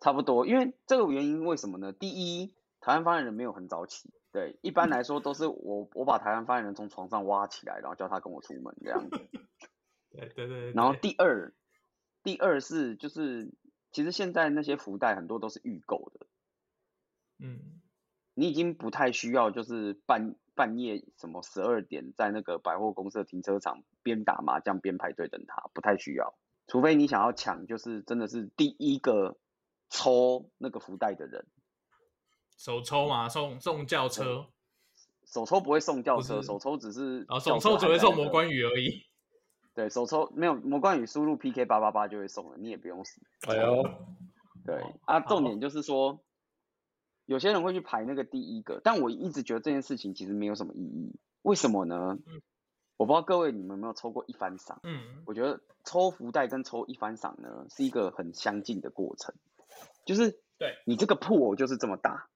[SPEAKER 2] 差不多。因为这个原因为什么呢？第一，台湾发言人没有很早起，对，一般来说都是我我把台湾发言人从床上挖起来，然后叫他跟我出门这样子。
[SPEAKER 1] 对对对对
[SPEAKER 2] 然后
[SPEAKER 1] 对
[SPEAKER 2] 第二，第二是就是，其实现在那些福袋很多都是预购的，
[SPEAKER 1] 嗯，
[SPEAKER 2] 你已经不太需要就是半半夜什么十二点在那个百货公司的停车场边打麻将边排队等他，不太需要，除非你想要抢，就是真的是第一个抽那个福袋的人，
[SPEAKER 1] 手抽嘛，送送轿车。
[SPEAKER 2] 手抽不会送轿
[SPEAKER 1] 不
[SPEAKER 2] 车，
[SPEAKER 1] 是
[SPEAKER 2] 手抽只是
[SPEAKER 1] 啊，手
[SPEAKER 2] 轿车
[SPEAKER 1] 抽只
[SPEAKER 2] 还
[SPEAKER 1] 会
[SPEAKER 2] 在
[SPEAKER 1] 送
[SPEAKER 2] 那
[SPEAKER 1] 魔
[SPEAKER 2] 个，
[SPEAKER 1] 关羽而已。
[SPEAKER 2] 对手抽没有魔关羽输入 PK 八八八就会送了，你也不用死。
[SPEAKER 3] 哎呦，
[SPEAKER 2] 对
[SPEAKER 1] 哦
[SPEAKER 2] 啊，
[SPEAKER 1] 好
[SPEAKER 2] 重点就是说，有些人会去排那个第一个，但我一直觉得这件事情其实没有什么意义。为什么呢？
[SPEAKER 1] 嗯
[SPEAKER 2] 我不知道各位你们有没有抽过一番赏？
[SPEAKER 1] 嗯，
[SPEAKER 2] 我觉得抽福袋跟抽一番赏呢，是一个很相近的过程，就是
[SPEAKER 1] 对
[SPEAKER 2] 你这个铺偶就是这么大，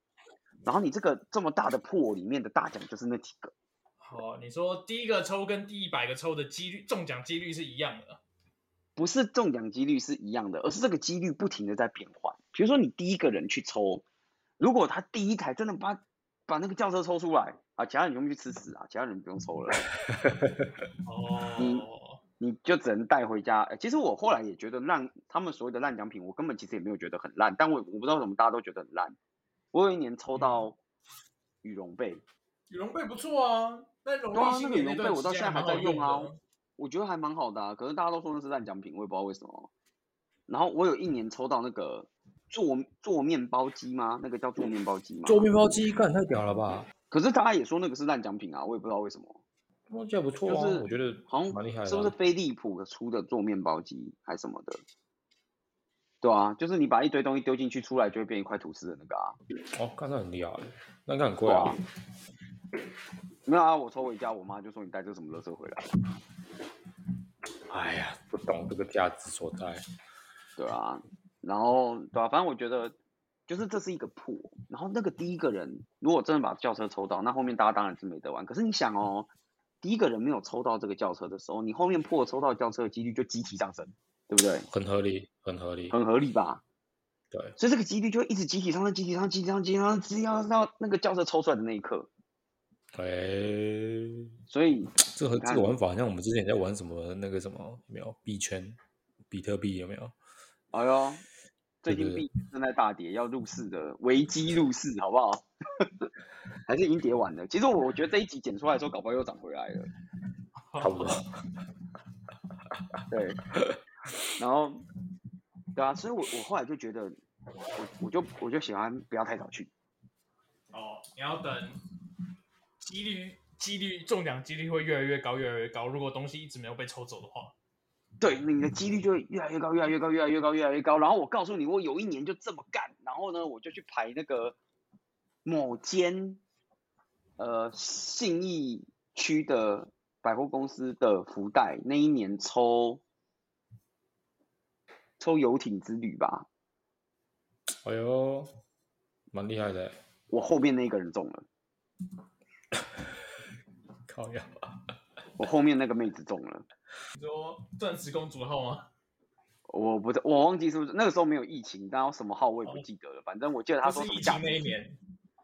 [SPEAKER 2] 然后你这个这么大的铺偶里面的大奖就是那几个，
[SPEAKER 1] 好，你说第一个抽跟第一百个抽的几率中奖几率是一样的。
[SPEAKER 2] 不是中奖几率是一样的，而是这个几率不停的在变换。比如说你第一个人去抽，如果他第一台真的把把那个轿车抽出来，啊，其他人全部去吃屎啊，其他人不用抽了，嗯
[SPEAKER 1] 哦，
[SPEAKER 2] 你就只能带回家。呃其实我后来也觉得烂，他们所谓的烂奖品，我根本其实也没有觉得很烂，但我我不知道为什么大家都觉得很烂。我有一年抽到羽绒被，
[SPEAKER 1] 羽绒被不错啊，那绒
[SPEAKER 2] 对啊
[SPEAKER 1] 被新
[SPEAKER 2] 那个
[SPEAKER 1] 年
[SPEAKER 2] 羽绒
[SPEAKER 1] 段
[SPEAKER 2] 被我
[SPEAKER 1] 期
[SPEAKER 2] 到
[SPEAKER 1] 间
[SPEAKER 2] 现在还
[SPEAKER 1] 蛮好
[SPEAKER 2] 在用啊
[SPEAKER 1] 的哦
[SPEAKER 2] 我觉得还蛮好的、啊，可是大家都说那是烂奖品，我也不知道为什么。然后我有一年抽到那个做做面包机吗？那个叫做面包机吗？
[SPEAKER 3] 做面包机干太屌了吧？
[SPEAKER 2] 可是大家也说那个是烂奖品啊，我也不知道为什么，
[SPEAKER 3] 面包机还不错啊，
[SPEAKER 2] 就是
[SPEAKER 3] 我觉得
[SPEAKER 2] 好像
[SPEAKER 3] 蛮厉害的啊。
[SPEAKER 2] 是不是飞利浦出的做面包机还是什么的？对啊，就是你把一堆东西丢进去，出来就会变一块吐司的那个啊。
[SPEAKER 3] 哦，干那很厉害，那应该很贵啊
[SPEAKER 2] 哇。没有啊，我抽回家，我妈就说你带这什么垃圾回来。
[SPEAKER 3] 哎呀，不懂这个价值所在。
[SPEAKER 2] 对啊，然后对啊，反正我觉得就是这是一个破，然后那个第一个人如果真的把轿车抽到，那后面大家当然是没得玩。可是你想哦，第一个人没有抽到这个轿车的时候，你后面破抽到轿车的几率就集体上升，对不对？
[SPEAKER 3] 很合理，很合理。
[SPEAKER 2] 很合理吧？
[SPEAKER 3] 对，
[SPEAKER 2] 所以这个几率就会一直集体上升，集体上升，集体上升，集体上升，集体上升到那个轿车抽出来的那一刻。
[SPEAKER 3] 哎、
[SPEAKER 2] 所以
[SPEAKER 3] 这和
[SPEAKER 2] 你
[SPEAKER 3] 这
[SPEAKER 2] 看
[SPEAKER 3] 个玩法，像我们之前在
[SPEAKER 2] 啊
[SPEAKER 3] 玩什么那个什么，有没有币圈、比特币有没有？
[SPEAKER 2] 哎呦，最
[SPEAKER 3] 对
[SPEAKER 2] 近
[SPEAKER 3] 对
[SPEAKER 2] 币正在大跌，要入市的危机入市，好不好？ 还是已经跌完了。其实我觉得这一集剪出来的时候，搞不好又涨回来了。
[SPEAKER 3] 差不多。
[SPEAKER 2] 对，然后对啊，所以我我后来就觉得，我我就我就喜欢不要太早去。
[SPEAKER 1] 哦，你要等几率几率中奖几率会越来越高，越来越高。如果东西一直没有被抽走的话，
[SPEAKER 2] 对，你的几率就会越来越高，越来越高，越来越高，越来越高。然后我告诉你，我有一年就这么干。然后呢，我就去排那个某间呃信义区的百货公司的福袋，那一年抽抽游艇之旅吧，
[SPEAKER 3] 哎呦，蛮厉害的。欸
[SPEAKER 2] 我后面那个人中了，
[SPEAKER 3] 靠呀！
[SPEAKER 2] 我后面那个妹子中了。
[SPEAKER 1] 你说钻石公主号吗？
[SPEAKER 2] 我不是，我忘记是不是那个时候没有疫情，然后什么号我也不记得了。反正我记得他
[SPEAKER 1] 不
[SPEAKER 2] 说
[SPEAKER 1] 是
[SPEAKER 2] 什么
[SPEAKER 1] 疫
[SPEAKER 2] 价
[SPEAKER 1] 情
[SPEAKER 2] 值
[SPEAKER 1] 那一年，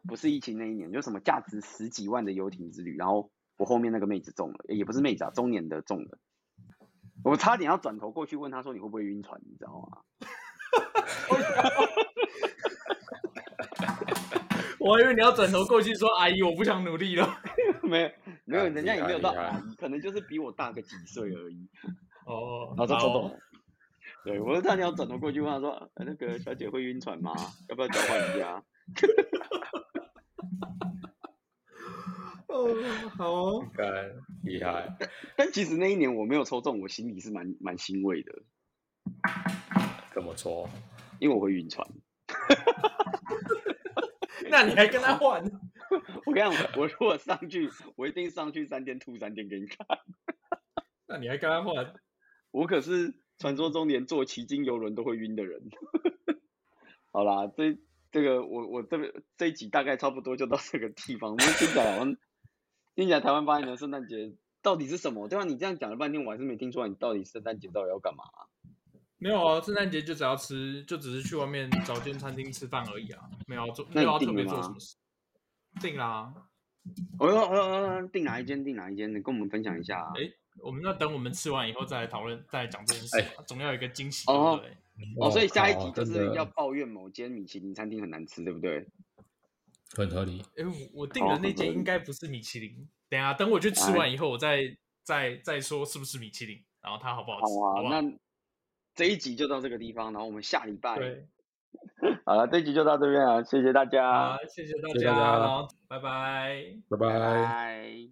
[SPEAKER 2] 不是疫情那一年，就什么价值十几万的游艇之旅，然后我后面那个妹子中了，也不是妹子啊，中年的中了。我差点要转头过去问他说你会不会晕船，你知道吗？
[SPEAKER 1] 我还以为你要转头过去说：“阿姨，我不想努力了。
[SPEAKER 2] 没有，没有，
[SPEAKER 3] 啊
[SPEAKER 2] 人家
[SPEAKER 3] 厉
[SPEAKER 2] 也
[SPEAKER 3] 害
[SPEAKER 2] 没有到
[SPEAKER 3] 厉害
[SPEAKER 2] 阿姨，可能就是比我大个几岁而已。”
[SPEAKER 1] 哦，
[SPEAKER 2] 然后
[SPEAKER 3] 啊
[SPEAKER 2] 就抽中
[SPEAKER 1] 好
[SPEAKER 2] 了。对，我就差点要转头过去问他说：“呃那个小姐会晕船吗？要不要交换一下？”
[SPEAKER 1] 哦，好哦，
[SPEAKER 3] 干厉害，
[SPEAKER 2] 但其实那一年我没有抽中，我心里是蛮蛮欣慰的，
[SPEAKER 3] 怎么说？
[SPEAKER 2] 因为我会晕船。
[SPEAKER 1] 那你还跟他换？
[SPEAKER 2] 我跟你讲，我如果上去，我一定上去三天吐三天给你看。
[SPEAKER 1] 那你还跟他换？
[SPEAKER 2] 我可是传说中连坐骑鲸游轮都会晕的人。 好啦，这这个我我这个这一集大概差不多就到这个地方。我们听起来好像听起来台湾八年的圣诞节到底是什么？对啊吧？你这样讲了半天，我还是没听出来你到底圣诞节到底要干嘛、
[SPEAKER 1] 没有啊，圣诞节就只要吃，就只是去外面找间餐厅吃饭而已啊，没有要做，
[SPEAKER 2] 那
[SPEAKER 1] 没
[SPEAKER 2] 你
[SPEAKER 1] 有要
[SPEAKER 2] 订
[SPEAKER 1] 特别
[SPEAKER 2] 了
[SPEAKER 1] 做
[SPEAKER 2] 吗
[SPEAKER 1] 什么事。定啦，
[SPEAKER 2] 哦哟哦哟哦哟，订哪一间？订哪一间？你跟我们分享一下、啊。
[SPEAKER 1] 哎我们要等我们吃完以后再来讨论，再来讲这件事
[SPEAKER 3] 哎
[SPEAKER 1] 嘛，总要有一个惊喜，对
[SPEAKER 2] 哦
[SPEAKER 1] 不对？
[SPEAKER 2] 哦，所以下一
[SPEAKER 3] 哇
[SPEAKER 2] 集
[SPEAKER 3] 靠
[SPEAKER 2] 就
[SPEAKER 3] 真
[SPEAKER 2] 是
[SPEAKER 3] 的
[SPEAKER 2] 要抱怨某间米其林餐厅很难吃，对不对？
[SPEAKER 3] 很合理。
[SPEAKER 1] 哎，我我订的
[SPEAKER 2] 哦
[SPEAKER 1] 那
[SPEAKER 2] 很
[SPEAKER 1] 间
[SPEAKER 2] 合理
[SPEAKER 1] 应该不是米其林。等一下，等我去吃
[SPEAKER 2] 哎
[SPEAKER 1] 完以后，我再再再说是不是米其林，然后它好不好
[SPEAKER 2] 好
[SPEAKER 1] 吃，好
[SPEAKER 2] 啊，
[SPEAKER 1] 不好？
[SPEAKER 2] 那这一集就到这个地方，然后我们下礼拜。
[SPEAKER 1] 对，
[SPEAKER 2] 好了，这一集就到这边啊，谢谢大家，
[SPEAKER 1] 好，谢谢大
[SPEAKER 3] 谢谢
[SPEAKER 1] 家，
[SPEAKER 3] 大家
[SPEAKER 1] 然后拜拜。
[SPEAKER 3] 拜
[SPEAKER 2] 拜
[SPEAKER 3] 拜。
[SPEAKER 2] 拜。